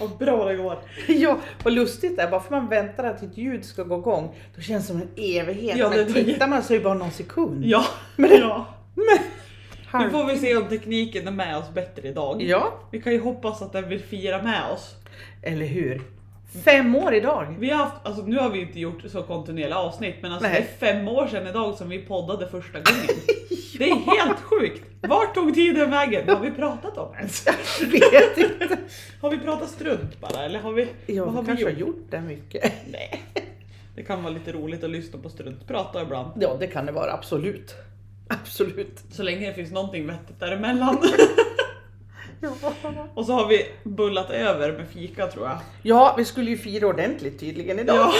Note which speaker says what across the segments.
Speaker 1: Vad bra det går.
Speaker 2: Ja, vad lustigt det är. Bara för man väntar att ett ljud ska gå igång, då känns det som en evighet.
Speaker 1: Ja, det-
Speaker 2: Men tittar man så är det bara någon sekund.
Speaker 1: Ja,
Speaker 2: Men det-
Speaker 1: ja. Nu
Speaker 2: Halv-
Speaker 1: får vi se om tekniken är med oss bättre idag.
Speaker 2: Ja,
Speaker 1: Vi kan ju hoppas att den vill fira med oss.
Speaker 2: eller hur? Fem år idag.
Speaker 1: Vi har haft, alltså nu har vi inte gjort så kontinuerliga avsnitt men alltså det
Speaker 2: Nej.
Speaker 1: är fem år sedan idag som vi poddade första gången. Det är helt sjukt! Vart tog tiden vägen? Vad har vi pratat om ens?
Speaker 2: Jag vet inte.
Speaker 1: Har vi pratat strunt bara eller har vi,
Speaker 2: Jag
Speaker 1: vad har vi
Speaker 2: kanske
Speaker 1: gjort?
Speaker 2: har gjort det mycket.
Speaker 1: Nej. Det kan vara lite roligt att lyssna på struntprat ibland.
Speaker 2: Ja, det kan det vara. Absolut. Absolut.
Speaker 1: Så länge det finns någonting vettigt däremellan.
Speaker 2: Ja.
Speaker 1: Och så har vi bullat över med fika tror jag.
Speaker 2: ja, vi skulle ju fira ordentligt tydligen idag.
Speaker 1: Ja,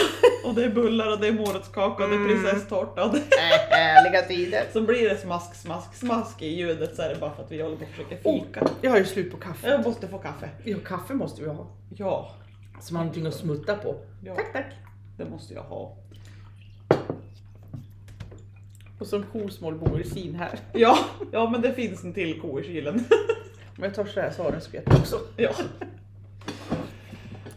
Speaker 1: och det är bullar och det är morotskaka och det är
Speaker 2: Mm.
Speaker 1: prinsesstårta. Och det...
Speaker 2: Äh, Härliga tider.
Speaker 1: Så blir det smask, smask, smask i ljudet så är det bara för att vi håller på att försöka
Speaker 2: Oh.
Speaker 1: fika.
Speaker 2: Jag har ju slut på kaffe.
Speaker 1: Jag måste få kaffe.
Speaker 2: Ja, kaffe måste vi ha.
Speaker 1: Ja,
Speaker 2: Så man har någonting att smutta på.
Speaker 1: ja
Speaker 2: Tack, tack.
Speaker 1: det måste jag ha.
Speaker 2: Och så en kosmål boursin här.
Speaker 1: Ja, ja, men det finns en till ko i kylen.
Speaker 2: Om jag tar så här så har den skvätt också.
Speaker 1: Ja.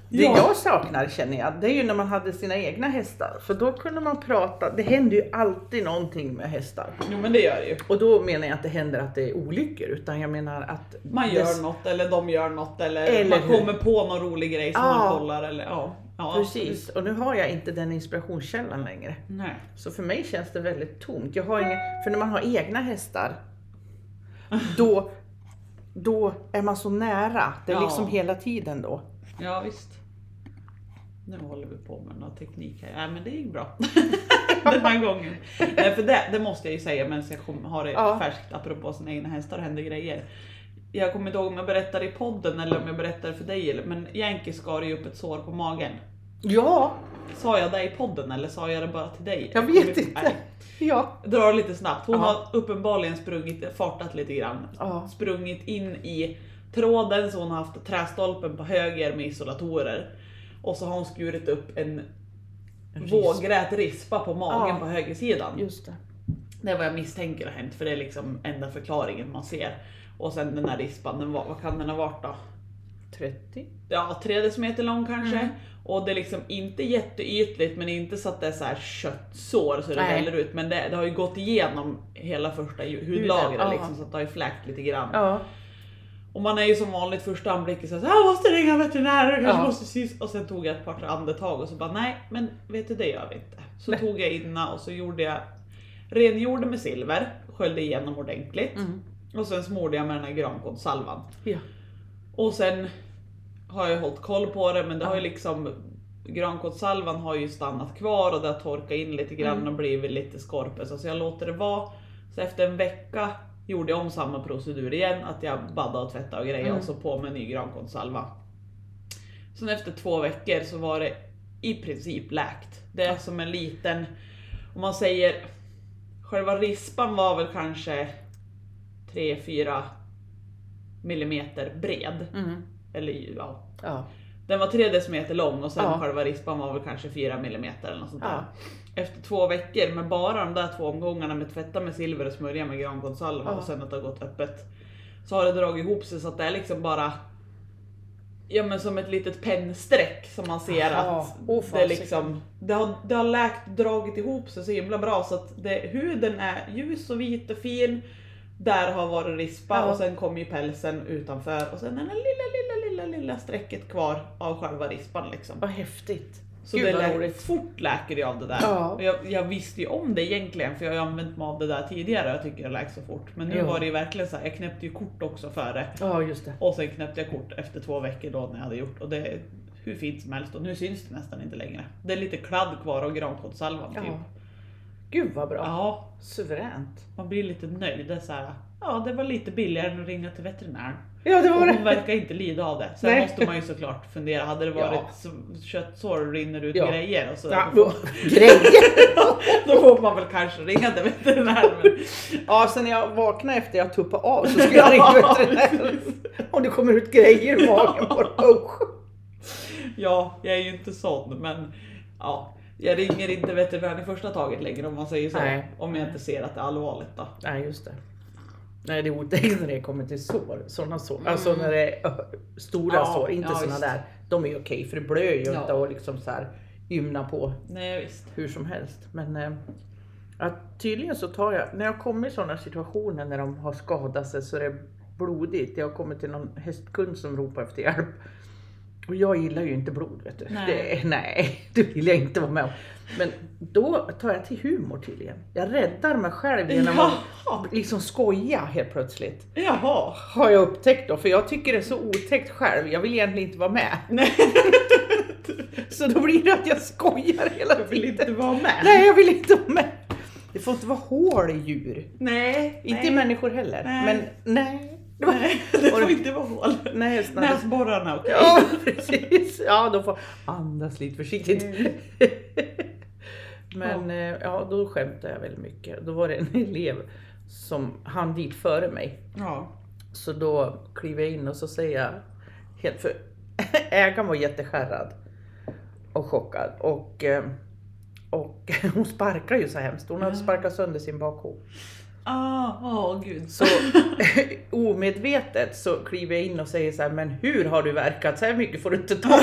Speaker 2: Det
Speaker 1: Ja.
Speaker 2: jag saknar känner jag, det är ju när man hade sina egna hästar. För då kunde man prata, det händer ju alltid någonting med hästar.
Speaker 1: Jo, men det gör det ju.
Speaker 2: Och då menar jag inte händer att det är olyckor, utan jag menar att...
Speaker 1: Man gör
Speaker 2: dess-
Speaker 1: något eller de gör något eller,
Speaker 2: Eller
Speaker 1: man
Speaker 2: hur?
Speaker 1: kommer på någon rolig grej som
Speaker 2: Ja.
Speaker 1: man kollar eller ja. ja absolut.
Speaker 2: Precis, och nu har jag inte den inspirationskällan längre.
Speaker 1: Nej.
Speaker 2: Så för mig känns det väldigt tomt. Jag har ingen, för när man har egna hästar, då, då är man så nära. Det är
Speaker 1: Ja.
Speaker 2: liksom hela tiden då.
Speaker 1: Ja visst. Nu håller vi på med någon teknik här. Nej men det gick bra. Den här gången. Nej, för det, det måste jag ju säga medan jag kom, har det
Speaker 2: Ja.
Speaker 1: färskt apropå sina egna hästar och händer grejer. Jag kommer inte ihåg om jag berättar i podden eller om jag berättar för dig eller- men Yankee skar ju upp ett sår på magen.
Speaker 2: Ja,
Speaker 1: Sa jag det i podden eller sa jag det bara till dig?
Speaker 2: jag vet
Speaker 1: kommer-
Speaker 2: inte.
Speaker 1: Nej,
Speaker 2: Ja.
Speaker 1: jag drar lite snabbt. Hon
Speaker 2: Ja.
Speaker 1: har uppenbarligen sprungit, fartat lite grann.
Speaker 2: Ja.
Speaker 1: sprungit in i tråden så hon har haft trästolpen på höger med isolatorer. Och så har hon skurit upp en
Speaker 2: Ris-
Speaker 1: vågrät rispa på magen
Speaker 2: Ja.
Speaker 1: på högersidan.
Speaker 2: Just det.
Speaker 1: Det är vad jag misstänker har hänt för det är liksom enda förklaringen man ser. Och sen den här rispan, den var, vad kan den ha varit då?
Speaker 2: 30.
Speaker 1: Ja, 3 decimeter lång kanske.
Speaker 2: Mm.
Speaker 1: Och det är liksom inte jätteytligt men inte så att det är så här köttsår så det
Speaker 2: Nej.
Speaker 1: väller ut. Men det, det har ju gått igenom hela första ju-
Speaker 2: ja.
Speaker 1: hudlagret liksom, så att det har ju fläkt lite grann.
Speaker 2: Ja.
Speaker 1: Och man är ju som vanligt första anblicken såhär, jag "Ah, måste ringa veterinären, jag kanske
Speaker 2: Ja.
Speaker 1: måste sys. Och sen tog jag ett par andetag och så bara, nej men vet du det gör vi inte. Så
Speaker 2: Nej.
Speaker 1: tog jag inna och så gjorde jag, rengjorde med silver, sköljde igenom ordentligt.
Speaker 2: Mm.
Speaker 1: Och sen smorde jag med den här grankodssalvan.
Speaker 2: ja.
Speaker 1: Och sen har jag hållit koll på det men det har ju liksom Grankodssalvan har ju stannat kvar och det har torkat in lite grann
Speaker 2: Mm.
Speaker 1: och blivit lite skorpe så så jag låter det vara. Så efter en vecka gjorde jag om samma procedur igen, att jag baddade och tvättade och grejer
Speaker 2: Mm.
Speaker 1: och så på med ny grankodssalva. Sen efter två veckor så var det i princip läkt. Det är som en liten, om man säger, själva rispan var väl kanske 3-4 millimeter bred.
Speaker 2: Mm.
Speaker 1: Eller ja,
Speaker 2: Ja.
Speaker 1: den var 3 decimeter lång och sen
Speaker 2: Ja.
Speaker 1: själva rispan var väl kanske 4 millimeter eller något sånt där.
Speaker 2: Ja.
Speaker 1: Efter två veckor med bara de där två omgångarna med tvätta med silver och smörja med grankonsalva
Speaker 2: Ja.
Speaker 1: och sen att det har gått öppet. Så har det dragit ihop sig så att det är liksom bara Ja men som ett litet pennstreck som man ser
Speaker 2: Aha.
Speaker 1: att
Speaker 2: Åh,
Speaker 1: det, är
Speaker 2: fasiken.
Speaker 1: liksom, det, har, det har läkt, dragit ihop sig så himla bra så att det, huden är ljus och vit och fin. Där har varit rispa
Speaker 2: Ja.
Speaker 1: och sen kom ju pälsen utanför och sen den här lilla, lilla, lilla, lilla strecket kvar av själva rispan liksom.
Speaker 2: Vad häftigt.
Speaker 1: Så
Speaker 2: Gud,
Speaker 1: det
Speaker 2: vad
Speaker 1: lä-
Speaker 2: roligt.
Speaker 1: fort läker jag av det där.
Speaker 2: Ja.
Speaker 1: Och jag, jag visste ju om det egentligen för jag har ju använt mig av det där tidigare och jag tycker det läker så fort. Men nu
Speaker 2: Ja.
Speaker 1: var det ju verkligen så här, jag knäppte ju kort också före
Speaker 2: Ja, just det.
Speaker 1: och sen knäppte jag kort efter två veckor då när jag hade gjort och det är hur fint som helst och nu syns det nästan inte längre. Det är lite kladd kvar av grankodssalvan typ.
Speaker 2: Ja.
Speaker 1: Ja.
Speaker 2: Gud vad bra. Suveränt.
Speaker 1: man blir lite nöjd. Det är så här, ja det var lite billigare än att ringa till veterinären.
Speaker 2: Ja, det
Speaker 1: Och
Speaker 2: var
Speaker 1: hon
Speaker 2: det.
Speaker 1: verkar inte lida av det. Sen
Speaker 2: Nej.
Speaker 1: måste man ju såklart fundera, hade det varit
Speaker 2: Ja.
Speaker 1: s- köttsår och rinner ut
Speaker 2: Ja.
Speaker 1: grejer och så,
Speaker 2: Ja,
Speaker 1: då, får,
Speaker 2: Grejer!
Speaker 1: då får man väl kanske ringa till veterinären. Men,
Speaker 2: Ja, sen när jag vaknade efter jag tuppade av så skulle jag ringa veterinären. Om det kommer ut grejer ur magen på dig. Usch.
Speaker 1: ja, jag är ju inte sån men ja. Jag ringer inte veterinären i första taget längre om man säger så.
Speaker 2: Nej.
Speaker 1: Om jag inte ser att det är allvarligt då.
Speaker 2: Nej, just det. Nej det är otäckt när det kommer till sår. Sådana sår. Alltså
Speaker 1: Mm.
Speaker 2: när det är ö, stora
Speaker 1: Ja,
Speaker 2: sår, inte
Speaker 1: ja,
Speaker 2: såna
Speaker 1: visst.
Speaker 2: där. De är ju okej för det blöder ju
Speaker 1: Ja.
Speaker 2: inte och liksom så här ymna på
Speaker 1: Nej visst.
Speaker 2: hur som helst. Men eh, att tydligen så tar jag, när jag kommer i sådana situationer när de har skadat sig så är det blodigt. Jag kommer till någon hästkund som ropar efter hjälp. Och jag gillar ju inte blod vet du.
Speaker 1: Nej.
Speaker 2: Det, nej, det vill jag inte vara med om. Men då tar jag till humor tydligen. Jag räddar mig själv genom
Speaker 1: Jaha!
Speaker 2: att liksom skoja helt plötsligt.
Speaker 1: Jaha!
Speaker 2: Har jag upptäckt då, för jag tycker det är så otäckt själv. Jag vill egentligen inte vara med.
Speaker 1: Nej,
Speaker 2: Så då blir det att jag skojar hela
Speaker 1: jag vill
Speaker 2: tiden.
Speaker 1: inte vara med.
Speaker 2: Nej, jag vill inte vara med. Det får inte vara hål i djur.
Speaker 1: Nej,
Speaker 2: Inte i
Speaker 1: nej.
Speaker 2: människor heller.
Speaker 1: Nej.
Speaker 2: Men nej.
Speaker 1: Nej, det
Speaker 2: Och
Speaker 1: får
Speaker 2: det-
Speaker 1: inte vara hål.
Speaker 2: Nej, snarare.
Speaker 1: Näsborrarna, okej.
Speaker 2: Ja, precis. Ja, de får andas lite försiktigt.
Speaker 1: Mm.
Speaker 2: Men eh, ja, då skämtade jag väldigt mycket. Då var det en elev som hann dit före mig.
Speaker 1: Ja.
Speaker 2: Så då kliver jag in och så säger jag, helt för ägaren var jätteskärrad och chockad. Och, eh, och hon sparkar ju så hemskt. Hon hade
Speaker 1: Ja.
Speaker 2: sparkat sönder sin bakhov.
Speaker 1: Ah, Åh gud.
Speaker 2: Så omedvetet så kliver jag in och säger så här, men hur har du verkat? Så här mycket får du inte ta.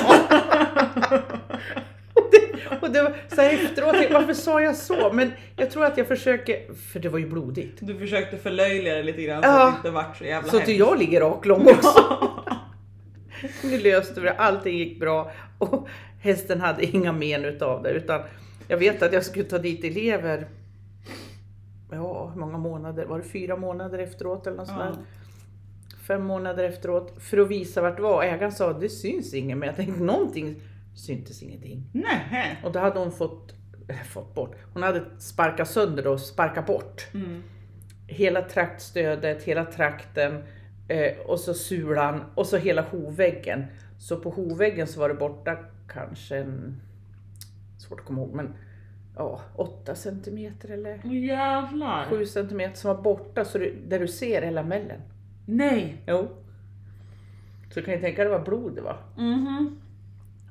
Speaker 2: och det, och det var så här efteråt, jag, varför sa jag så? Men jag tror att jag försöker, för det var ju blodigt.
Speaker 1: Du försökte förlöjliga det lite grann så
Speaker 2: Ja.
Speaker 1: att det inte vart så jävla
Speaker 2: Så att
Speaker 1: hemskt.
Speaker 2: jag ligger raklång också. Nu löste vi det, allting gick bra och hästen hade inga men utav det. Utan jag vet att jag skulle ta dit elever, ja hur många månader, var det fyra månader efteråt eller något sånt där?
Speaker 1: Ja.
Speaker 2: fem månader efteråt för att visa vart det var. Ägaren sa det syns inget, men jag tänkte någonting syntes ingenting.
Speaker 1: Nej.
Speaker 2: Och då hade hon fått, äh, fått bort, hon hade sparkat sönder och sparkat bort
Speaker 1: Mm.
Speaker 2: hela traktstödet, hela trakten eh, och så sulan och så hela hovväggen. Så på hovväggen så var det borta kanske en, svårt att komma ihåg, men ja, 8 centimeter eller
Speaker 1: Åh jävlar.
Speaker 2: 7 centimeter som var borta, så du, där du ser hela mällen.
Speaker 1: Nej.
Speaker 2: Jo. Så kan ni tänka dig vad blod det var.
Speaker 1: Mhm.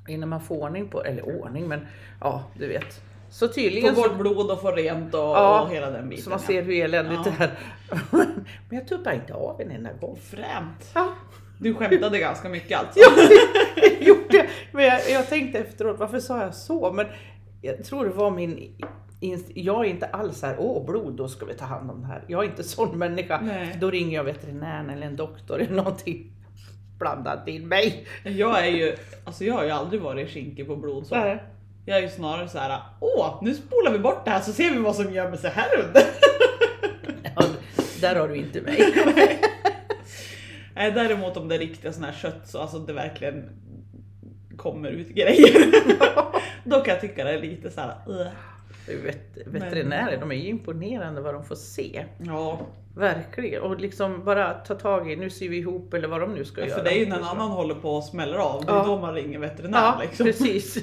Speaker 2: Innan man får ordning på, eller ordning men ja du vet. Så
Speaker 1: Få
Speaker 2: tydligen så,
Speaker 1: bort blod och få rent och,
Speaker 2: Ja,
Speaker 1: och hela den biten.
Speaker 2: så man ser hur eländigt
Speaker 1: Ja.
Speaker 2: det är. men jag tuppar inte av en enda gång.
Speaker 1: ja. Fränt.
Speaker 2: Ja,
Speaker 1: Du skämtade ganska mycket alltså.
Speaker 2: jag gjorde det. Men jag, jag tänkte efteråt, varför sa jag så? Men jag tror det var min inst- jag är inte alls här, åh blod, då ska vi ta hand om det här. Jag är inte sån människa.
Speaker 1: Nej.
Speaker 2: Då ringer jag veterinären eller en doktor eller någonting. Blandat in mig.
Speaker 1: Jag är ju, alltså jag har ju aldrig varit skinkig på blod så.
Speaker 2: Nej.
Speaker 1: Jag är ju snarare så här. åh nu spolar vi bort det här så ser vi vad som gömmer sig här under.
Speaker 2: Ja, där har du inte mig.
Speaker 1: Nej, däremot om det är riktiga sådana här kött så alltså det verkligen kommer ut grejer. Då kan jag tycka det är lite så här. "Ugh."
Speaker 2: Vet, veterinärer,
Speaker 1: Men-
Speaker 2: de är ju imponerande vad de får se.
Speaker 1: Ja,
Speaker 2: Verkligen. Och liksom bara ta tag i, nu syr vi ihop eller vad de nu ska göra.
Speaker 1: för det är ju när någon annan håller på och smäller av, det är
Speaker 2: Ja.
Speaker 1: då man ringer veterinären
Speaker 2: Ja,
Speaker 1: liksom.
Speaker 2: precis.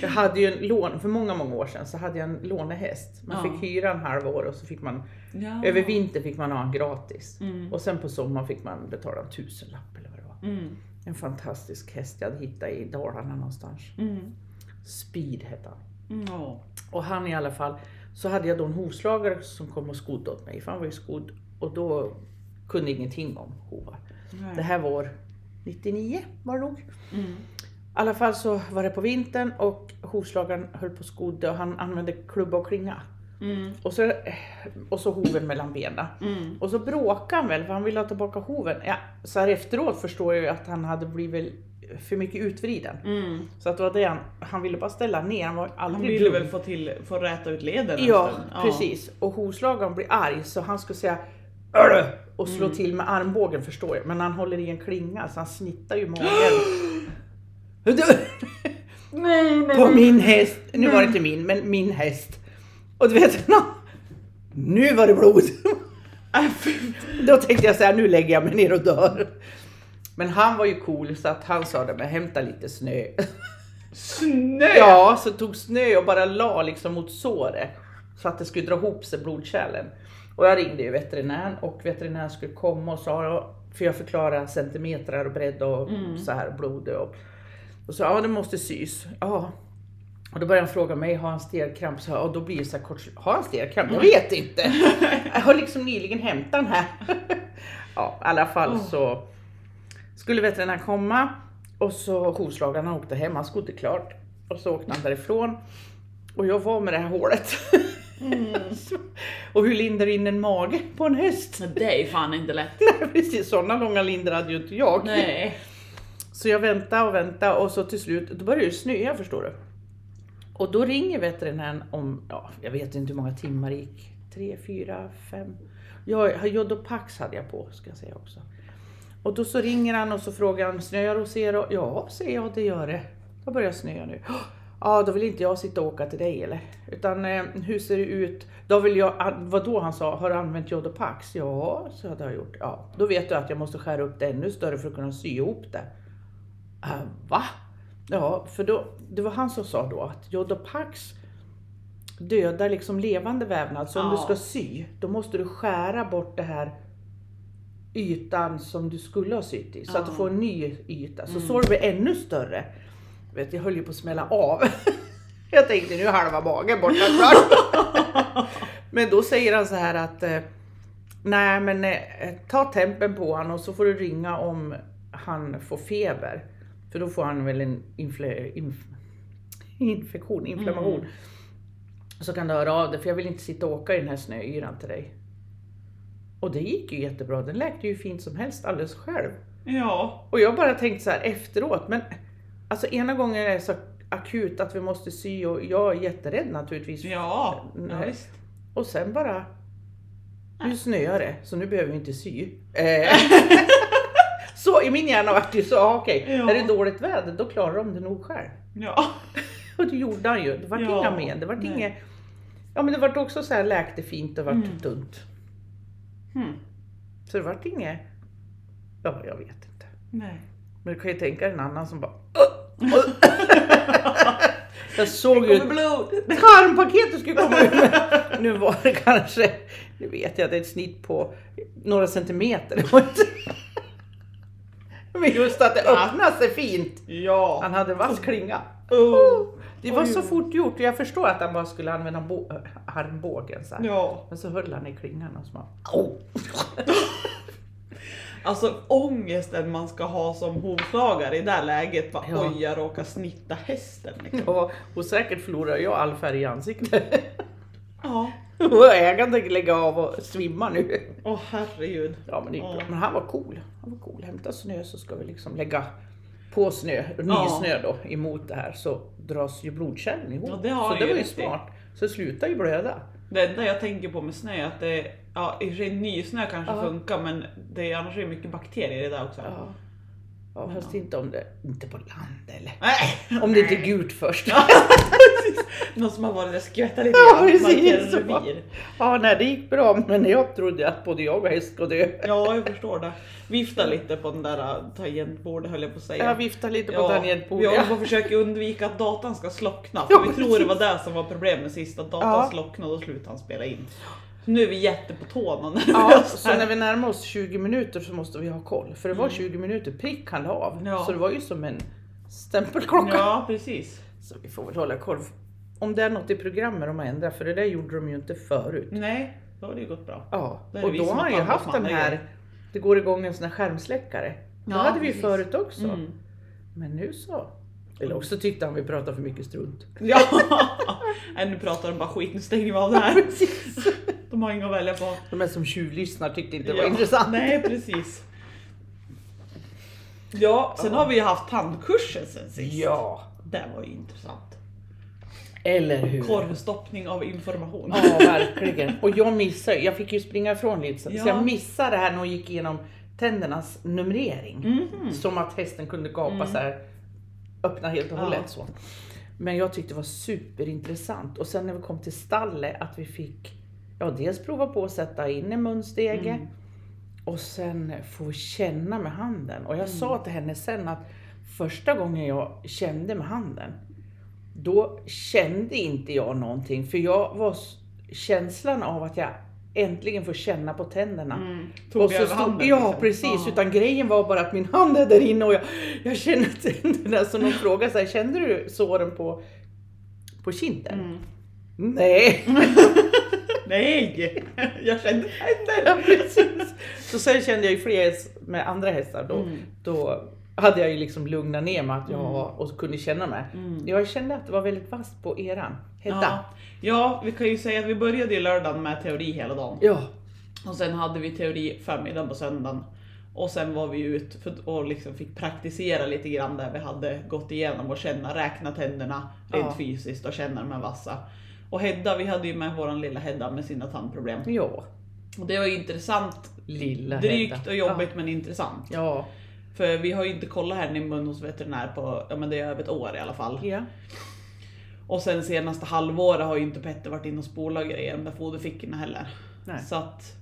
Speaker 2: Jag hade ju en lån, för många, många år sedan så hade jag en lånehäst. Man
Speaker 1: Ja.
Speaker 2: fick hyra en halv år och så fick man,
Speaker 1: Ja.
Speaker 2: över vintern fick man ha en gratis.
Speaker 1: Mm.
Speaker 2: Och sen på sommaren fick man betala en tusenlapp eller vad det var.
Speaker 1: Mm.
Speaker 2: En fantastisk häst jag hade hittat i Dalarna någonstans.
Speaker 1: Mm.
Speaker 2: Speed hette han.
Speaker 1: Mm. Ja.
Speaker 2: Och han i alla fall, så hade jag då en hovslagare som kom och skodde åt mig, för han var ju skodd och då kunde jag ingenting om hovar.
Speaker 1: Nej.
Speaker 2: Det här var 99 var det nog. I
Speaker 1: Mm.
Speaker 2: alla fall så var det på vintern och hovslagaren höll på och skodde och han använde klubba och klinga.
Speaker 1: Mm.
Speaker 2: Och så, och så hoven mellan benen.
Speaker 1: Mm.
Speaker 2: Och så bråkade han väl för han ville ha tillbaka hoven. Ja, så här efteråt förstår jag ju att han hade blivit för mycket utvriden.
Speaker 1: Mm.
Speaker 2: Så att det var det han, han ville bara ställa ner, han var aldrig
Speaker 1: Han ville
Speaker 2: dum.
Speaker 1: väl få, till, få räta ut leden en
Speaker 2: Ja,
Speaker 1: stund.
Speaker 2: precis. Och hovslagaren blir arg så han skulle säga "Arr!" och slå till med armbågen förstår jag. Men han håller i en klinga så han snittar ju magen.
Speaker 1: Nej, nej,
Speaker 2: På min häst. Nu var det inte min, men min häst. Och du vet, nu var det blod. Äh, Då tänkte jag så här, nu lägger jag mig ner och dör. Men han var ju cool så att han sa det, men hämta lite snö.
Speaker 1: Snö!
Speaker 2: Ja, så tog snö och bara la liksom mot såret så att det skulle dra ihop sig blodkärlen. Och jag ringde ju veterinären och veterinären skulle komma och sa, för jag förklarade
Speaker 1: Mm.
Speaker 2: centimetrar och bredd och så här blod och, och sa ja det måste sys. Ja, Och då började han fråga mig, har han stelkramp? Så, och då blir det så här kort, har han stelkramp? Jag vet inte. Jag har liksom nyligen hämtat den här. ja, i alla fall
Speaker 1: Åh.
Speaker 2: så skulle veterinären komma och så hovslagaren han åkte hem, han skodde klart. Och så åkte han därifrån. Och jag var med det här hålet. Så- och hur lindar in en mage på en häst?
Speaker 1: Men det är ju fan inte lätt.
Speaker 2: Nej precis, sådana långa lindar hade ju inte jag.
Speaker 1: Nej.
Speaker 2: Så jag väntade och väntade och så till slut, då började det snöa förstår du. Och då ringer veterinären om, ja, jag vet inte hur många timmar det gick. Tre, fyra, fem. Jag, Jodopax hade jag på ska jag säga också. Och då så ringer han och så frågar han, snöar hos er? Och, ja, säger jag, det gör det. Då börjar jag snöa nu. Ja, då vill inte jag sitta och åka till dig eller? Utan eh, hur ser det ut? Då vill jag, ah, vadå han sa, har du använt Jodopax? Ja, så hade jag gjort. Ja, då vet du att jag måste skära upp det ännu större för att kunna sy ihop det. Äh, va? Ja, för då, det var han som sa då att Jodopax dödar liksom levande vävnad. Så om du
Speaker 1: Ja.
Speaker 2: ska sy, då måste du skära bort det här ytan som du skulle ha sytt i. Så att du
Speaker 1: Ja.
Speaker 2: får en ny yta. Så
Speaker 1: Mm.
Speaker 2: sår blir ännu större. Jag Vet, jag höll ju på att smälla av. jag tänkte nu är halva magen borta snart. men då säger han så här att eh, Nej men eh, ta tempen på han och så får du ringa om han får feber. För då får han väl en infle, inf, infektion, inflammation.
Speaker 1: Mm.
Speaker 2: Så kan du höra av dig för jag vill inte sitta och åka i den här snöyran till dig. Och det gick ju jättebra, den läkte ju fint som helst alldeles själv.
Speaker 1: Ja.
Speaker 2: Och jag bara tänkte så här efteråt, men alltså ena gången är det så akut att vi måste sy och jag är jätterädd naturligtvis.
Speaker 1: Ja. ja
Speaker 2: Nej.
Speaker 1: visst.
Speaker 2: Och sen bara, nu snöar det så nu behöver vi inte sy. Eh, så i min hjärna vart det ju så, ah, okej,
Speaker 1: Ja.
Speaker 2: är det dåligt väder då klarar de det nog själv.
Speaker 1: Ja.
Speaker 2: Och det gjorde han ju, det vart
Speaker 1: Ja,
Speaker 2: inga men, det vart
Speaker 1: nej.
Speaker 2: inget... Ja men det vart också så här läkte fint och vart
Speaker 1: Mm.
Speaker 2: tunt.
Speaker 1: Hmm.
Speaker 2: Så det vart inget... Ja, jag vet inte.
Speaker 1: Nej.
Speaker 2: Men du kan ju tänka dig en annan som bara... "Åh, åh." jag såg ju
Speaker 1: Kommer
Speaker 2: ett
Speaker 1: blod.
Speaker 2: tarmpaket du skulle komma ut med. Nu var det kanske, nu vet jag, det är ett snitt på några centimeter. Det var inte- Men just att det öppnade sig fint.
Speaker 1: Ja.
Speaker 2: Han hade en vass klinga.
Speaker 1: Oh.
Speaker 2: Det var
Speaker 1: Oj,
Speaker 2: så
Speaker 1: oj.
Speaker 2: fort gjort och jag förstår att han bara skulle använda bo- äh, armbågen så här.
Speaker 1: Ja.
Speaker 2: Men så höll han i klingan och så bara... "Au."
Speaker 1: Alltså ångesten man ska ha som hovslagare i det här läget. Bara,
Speaker 2: Ja.
Speaker 1: Oj, jag råkar snitta hästen. Liksom.
Speaker 2: Ja, och säkert förlorar jag all färg i ansiktet.
Speaker 1: Ja.
Speaker 2: Och ägaren tänker lägga av och svimma nu.
Speaker 1: Åh herregud.
Speaker 2: Ja men det gick bra.
Speaker 1: Ja.
Speaker 2: Men han var cool. Han var cool. Hämta snö så ska vi liksom lägga på snö, ny
Speaker 1: Ja.
Speaker 2: snö då emot det här så dras ju blodkärlen ihop.
Speaker 1: Ja, det har
Speaker 2: så
Speaker 1: han
Speaker 2: det
Speaker 1: ju
Speaker 2: var ju
Speaker 1: rätt i.
Speaker 2: smart. Så det slutar ju blöda.
Speaker 1: Det enda jag tänker på med snö är att det, ja i och för sig nysnö kanske
Speaker 2: Ja.
Speaker 1: funkar men det är, annars är det mycket bakterier i det där också.
Speaker 2: Ja. Ja,
Speaker 1: Men
Speaker 2: fast
Speaker 1: ja.
Speaker 2: inte om det, inte på land eller?
Speaker 1: Nej.
Speaker 2: Om det inte är gult först.
Speaker 1: Ja. Någon som har varit där och skvättat lite
Speaker 2: Ja,
Speaker 1: grann,
Speaker 2: precis.
Speaker 1: markerat revir.
Speaker 2: Ja, nej det gick bra men jag trodde att både jag och häst skulle dö.
Speaker 1: Ja, jag förstår det. Vifta lite på den där äh, tangentbordet höll jag på att säga.
Speaker 2: Jag viftade lite på
Speaker 1: Ja,
Speaker 2: tangentbordet.
Speaker 1: Vi håller på att försöka undvika att datan ska slockna. För
Speaker 2: Ja,
Speaker 1: vi
Speaker 2: precis.
Speaker 1: tror det var det som var problemet sist, att datan
Speaker 2: Ja.
Speaker 1: slocknade och då slutade han spela in. Nu är vi jätte på tårna när
Speaker 2: Ja,
Speaker 1: vi
Speaker 2: så när vi närmar oss 20 minuter så måste vi ha koll. För det var 20 minuter prick han la av.
Speaker 1: Mm. Ja.
Speaker 2: Så det var ju som en stämpelklocka.
Speaker 1: Ja, precis.
Speaker 2: Så vi får väl hålla koll. Om det är något i programmet de har ändrat, för det där gjorde de ju inte förut.
Speaker 1: Nej, då har det ju gått bra.
Speaker 2: Ja,
Speaker 1: Det är
Speaker 2: och
Speaker 1: vi
Speaker 2: då
Speaker 1: som
Speaker 2: har
Speaker 1: har
Speaker 2: han ju
Speaker 1: tagit
Speaker 2: haft
Speaker 1: oss
Speaker 2: den
Speaker 1: med
Speaker 2: här,
Speaker 1: grejer.
Speaker 2: det går igång en sån här skärmsläckare. det
Speaker 1: Ja,
Speaker 2: hade vi ju
Speaker 1: precis.
Speaker 2: förut också.
Speaker 1: Mm.
Speaker 2: Men nu så. Eller också tyckte han vi pratade för mycket strunt.
Speaker 1: Ja. Nej, nu pratar de bara skit, nu stänger vi av det här.
Speaker 2: Precis.
Speaker 1: De har inget att välja på.
Speaker 2: De här som tjuvlyssnar tyckte inte det var
Speaker 1: Ja,
Speaker 2: intressant.
Speaker 1: Nej precis. Ja, sen har vi ju haft tandkursen sen sist.
Speaker 2: Ja,
Speaker 1: Det var ju intressant.
Speaker 2: eller hur.
Speaker 1: Korvstoppning av information.
Speaker 2: Ja, verkligen. Och jag missade, jag fick ju springa ifrån lite så-
Speaker 1: Ja.
Speaker 2: så jag missade det här när hon gick igenom tändernas numrering.
Speaker 1: Mhm. Mm.
Speaker 2: Som att hästen kunde gapa så här, öppna helt och
Speaker 1: Ja.
Speaker 2: hållet så. Men jag tyckte det var superintressant. Och sen när vi kom till stallet att vi fick ja, dels prova på att sätta in en munstege
Speaker 1: Mm.
Speaker 2: och sen få känna med handen. Och jag
Speaker 1: Mm.
Speaker 2: sa till henne sen att första gången jag kände med handen, då kände inte jag någonting. För jag var s- känslan av att jag äntligen får känna på tänderna.
Speaker 1: Mm.
Speaker 2: Och
Speaker 1: Tog vi
Speaker 2: så
Speaker 1: över
Speaker 2: stod,
Speaker 1: handen?
Speaker 2: ja
Speaker 1: liksom?
Speaker 2: precis,
Speaker 1: Ja.
Speaker 2: utan grejen var bara att min hand är där inne och jag, jag känner tänderna. Så någon frågade så här, kände du såren på på kinden.
Speaker 1: Mm.
Speaker 2: Nej!
Speaker 1: Nej! Jag kände
Speaker 2: Ja, precis. Så sen kände jag ju fler häst- med andra hästar då.
Speaker 1: Mm.
Speaker 2: Då hade jag ju liksom lugnat ner mig att jag
Speaker 1: Mm.
Speaker 2: var, och kunde känna mig.
Speaker 1: Mm.
Speaker 2: Jag kände att det var väldigt vasst på eran, Hedda.
Speaker 1: Ja. ja, vi kan ju säga att vi började ju lördagen med teori hela dagen.
Speaker 2: Ja.
Speaker 1: Och sen hade vi teori förmiddagen på söndagen. Och sen var vi ut för, och liksom fick praktisera lite grann där vi hade gått igenom och känna, räkna tänderna rent
Speaker 2: Ja.
Speaker 1: fysiskt och känna de här vassa. Och Hedda, vi hade ju med våran lilla Hedda med sina tandproblem.
Speaker 2: Ja.
Speaker 1: Och det var ju intressant.
Speaker 2: Lilla
Speaker 1: Drygt
Speaker 2: Hedda.
Speaker 1: och jobbigt men intressant.
Speaker 2: Ja.
Speaker 1: För vi har ju inte kollat henne i mun hos veterinär på, ja men det är över ett år i alla fall.
Speaker 2: ja.
Speaker 1: Och sen senaste halvåret har ju inte Petter varit inne och spolat grejer, de där foderfickorna heller.
Speaker 2: Nej.
Speaker 1: Så att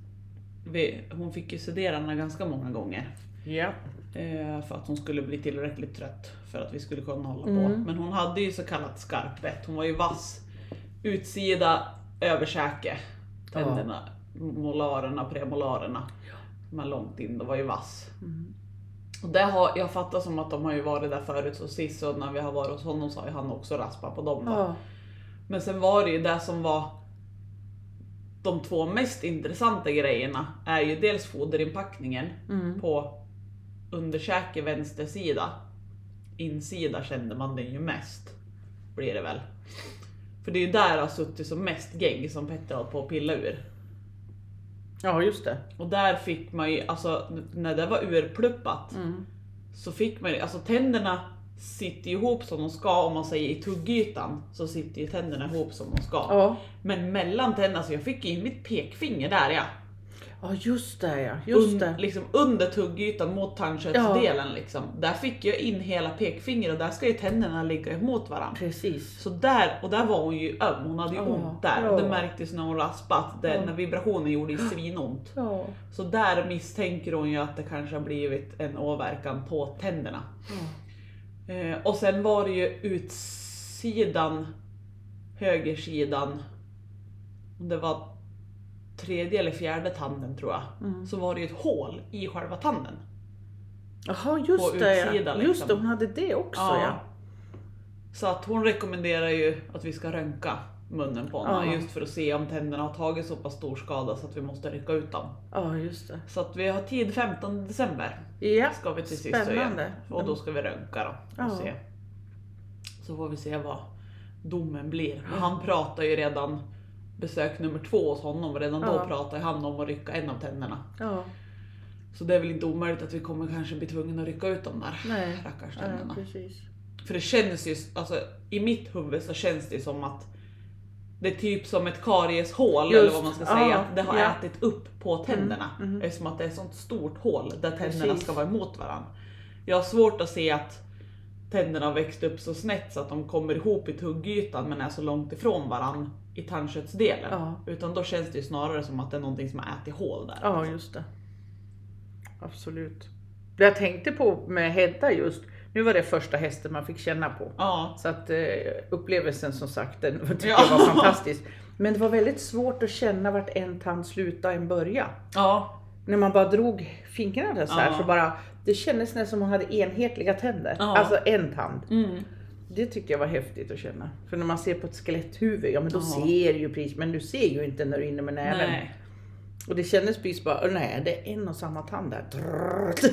Speaker 1: vi, hon fick ju sedera henne ganska många gånger.
Speaker 2: Ja.
Speaker 1: Eh, för att hon skulle bli tillräckligt trött för att vi skulle kunna hålla på.
Speaker 2: Mm.
Speaker 1: Men hon hade ju så kallat skarpbett, hon var ju vass. Utsida, översäke, tänderna, molarerna, premolarerna. De här långt in, de var ju vass.
Speaker 2: Mm.
Speaker 1: Och det har, jag fattar som att de har ju varit där förut, så sist så när vi har varit hos honom så har ju han också raspat på dem. då.
Speaker 2: Ja.
Speaker 1: Men sen var det ju det som var de två mest intressanta grejerna är ju dels foderinpackningen
Speaker 2: Mm.
Speaker 1: på underkäke vänster sida. Insida kände man den ju mest. Blir det väl. För det är ju där det har suttit som mest gegg som Petter har på att pilla ur.
Speaker 2: ja, just det.
Speaker 1: Och där fick man ju, alltså n- när det var urpluppat
Speaker 2: Mm.
Speaker 1: så fick man ju, alltså tänderna sitter ju ihop som de ska om man säger i tuggytan så sitter ju tänderna ihop som de ska.
Speaker 2: Ja.
Speaker 1: Men mellan tänderna, så jag fick in mitt pekfinger där ja.
Speaker 2: ja, just det ja. Just
Speaker 1: Un-
Speaker 2: det.
Speaker 1: Liksom under tuggytan mot tandköttsdelen liksom. Där fick jag in hela pekfingret och där ska ju tänderna ligga emot varandra.
Speaker 2: Precis.
Speaker 1: Så där, och där var hon ju öm, hon hade ju
Speaker 2: Ja,
Speaker 1: ont där. Och det
Speaker 2: ja.
Speaker 1: märktes när hon raspade att den
Speaker 2: Ja.
Speaker 1: vibrationen gjorde ju svinont.
Speaker 2: Ja.
Speaker 1: Så där misstänker hon ju att det kanske har blivit en åverkan på tänderna. Eh, och sen var det ju utsidan, högersidan, om det var tredje eller fjärde tanden tror jag,
Speaker 2: Mm.
Speaker 1: så var det ju ett hål i själva tanden.
Speaker 2: Jaha, just
Speaker 1: På
Speaker 2: det ja.
Speaker 1: utsidan, liksom.
Speaker 2: Just det, hon hade det också
Speaker 1: Ja.
Speaker 2: ja.
Speaker 1: Så att hon rekommenderar ju att vi ska röntga munnen på honom
Speaker 2: Ja.
Speaker 1: just för att se om tänderna har tagit så pass stor skada så att vi måste rycka ut dem.
Speaker 2: Ja, just det.
Speaker 1: Så att vi har tid 15 december
Speaker 2: Ja.
Speaker 1: ska vi till sist igen.
Speaker 2: Spännande. Mm.
Speaker 1: Och då ska vi röntga då och
Speaker 2: Ja.
Speaker 1: se. Så får vi se vad domen blir.
Speaker 2: Mm.
Speaker 1: Och han pratar ju redan besök nummer två hos honom och redan då
Speaker 2: Ja.
Speaker 1: pratar ju han om att rycka en av tänderna.
Speaker 2: Ja.
Speaker 1: Så det är väl inte omöjligt att vi kommer kanske bli tvungna att rycka ut de där
Speaker 2: Nej.
Speaker 1: stackars
Speaker 2: Ja,
Speaker 1: tänderna.
Speaker 2: precis.
Speaker 1: För det känns ju, alltså i mitt huvud så känns det som att det är typ som ett karieshål eller
Speaker 2: Just,
Speaker 1: vad man ska
Speaker 2: ja,
Speaker 1: säga, att det har
Speaker 2: ja.
Speaker 1: ätit upp på tänderna.
Speaker 2: mm.
Speaker 1: Eftersom att det är ett sånt stort hål där tänderna
Speaker 2: Precis.
Speaker 1: ska vara emot varandra. Jag har svårt att se att tänderna har växt upp så snett så att de kommer ihop i tuggytan men är så långt ifrån varandra i tandköttsdelen.
Speaker 2: Ja.
Speaker 1: Utan då känns det ju snarare som att det är någonting som har ätit hål där.
Speaker 2: Ja, just det. Absolut. Det jag tänkte på med Hedda just, nu var det första hästen man fick känna på.
Speaker 1: Ja.
Speaker 2: Så att eh, upplevelsen som sagt, den tyckte
Speaker 1: Ja.
Speaker 2: jag var fantastisk. Men det var väldigt svårt att känna vart en tand slutade och en började.
Speaker 1: ja.
Speaker 2: När man bara drog fingrarna så här
Speaker 1: Ja.
Speaker 2: så bara, det kändes nästan som man hade enhetliga tänder.
Speaker 1: Ja.
Speaker 2: Alltså en tand.
Speaker 1: Mm.
Speaker 2: Det tyckte jag var häftigt att känna. För när man ser på ett skeletthuvud, ja men då
Speaker 1: Ja.
Speaker 2: ser du ju precis, men du ser ju inte när du är inne med näven.
Speaker 1: Nej.
Speaker 2: Och det kändes precis bara, "Åh, nej det är en och samma tand där.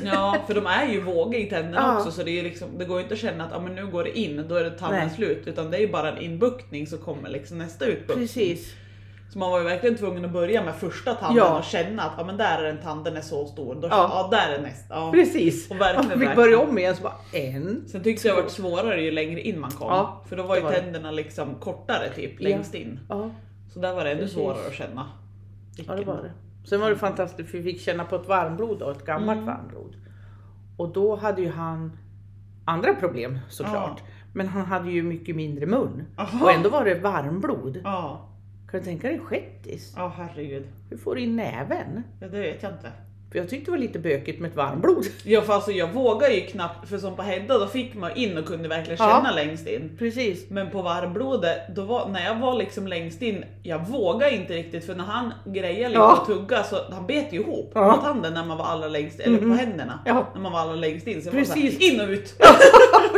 Speaker 1: Ja, för de är ju vågiga i tänderna
Speaker 2: Ja.
Speaker 1: också så det, är liksom, det går ju inte att känna att ah, men nu går det in, då är det tanden
Speaker 2: Nej.
Speaker 1: slut. Utan det är ju bara en inbuktning så kommer liksom nästa utbuktning.
Speaker 2: Precis.
Speaker 1: Så man var ju verkligen tvungen att börja med första tanden
Speaker 2: Ja.
Speaker 1: och känna att ah, men där är den tanden är så stor, då, ja.
Speaker 2: Ja.
Speaker 1: där är nästa. Ja.
Speaker 2: Precis.
Speaker 1: Och verkligen,
Speaker 2: Man fick
Speaker 1: verkligen.
Speaker 2: börja om igen så bara, en.
Speaker 1: Sen tyckte jag det var svårare ju längre in man kom.
Speaker 2: Ja,
Speaker 1: för då var
Speaker 2: det
Speaker 1: ju
Speaker 2: var det.
Speaker 1: tänderna liksom kortare typ
Speaker 2: Ja.
Speaker 1: längst in.
Speaker 2: Ja,
Speaker 1: Så där var det ännu
Speaker 2: Precis.
Speaker 1: svårare att känna.
Speaker 2: ja det
Speaker 1: vilken-
Speaker 2: var det. Sen var det fantastiskt för vi fick känna på ett varmblod och ett gammalt
Speaker 1: Mm.
Speaker 2: varmblod. Och då hade ju han andra problem såklart. Men han hade ju mycket mindre mun.
Speaker 1: Aha.
Speaker 2: Och ändå var det varmblod.
Speaker 1: Ja,
Speaker 2: Kan du tänka dig shettis?
Speaker 1: ja herregud.
Speaker 2: Hur får du in näven?
Speaker 1: Ja, det vet jag inte.
Speaker 2: För jag tyckte det var lite bökigt med ett varmblod.
Speaker 1: Ja för alltså jag vågar ju knappt, för som på Hedda då fick man in och kunde verkligen
Speaker 2: Ja.
Speaker 1: känna längst in.
Speaker 2: Precis.
Speaker 1: Men på varmblodet, då var, när jag var liksom längst in, jag vågade inte riktigt för när han grejade lite
Speaker 2: Ja.
Speaker 1: och tuggade så han bet ju ihop
Speaker 2: Ja.
Speaker 1: på tanden när man var allra längst, eller på händerna.
Speaker 2: Ja.
Speaker 1: När man var allra längst in. Så jag Var
Speaker 2: Precis.
Speaker 1: så här, in och ut!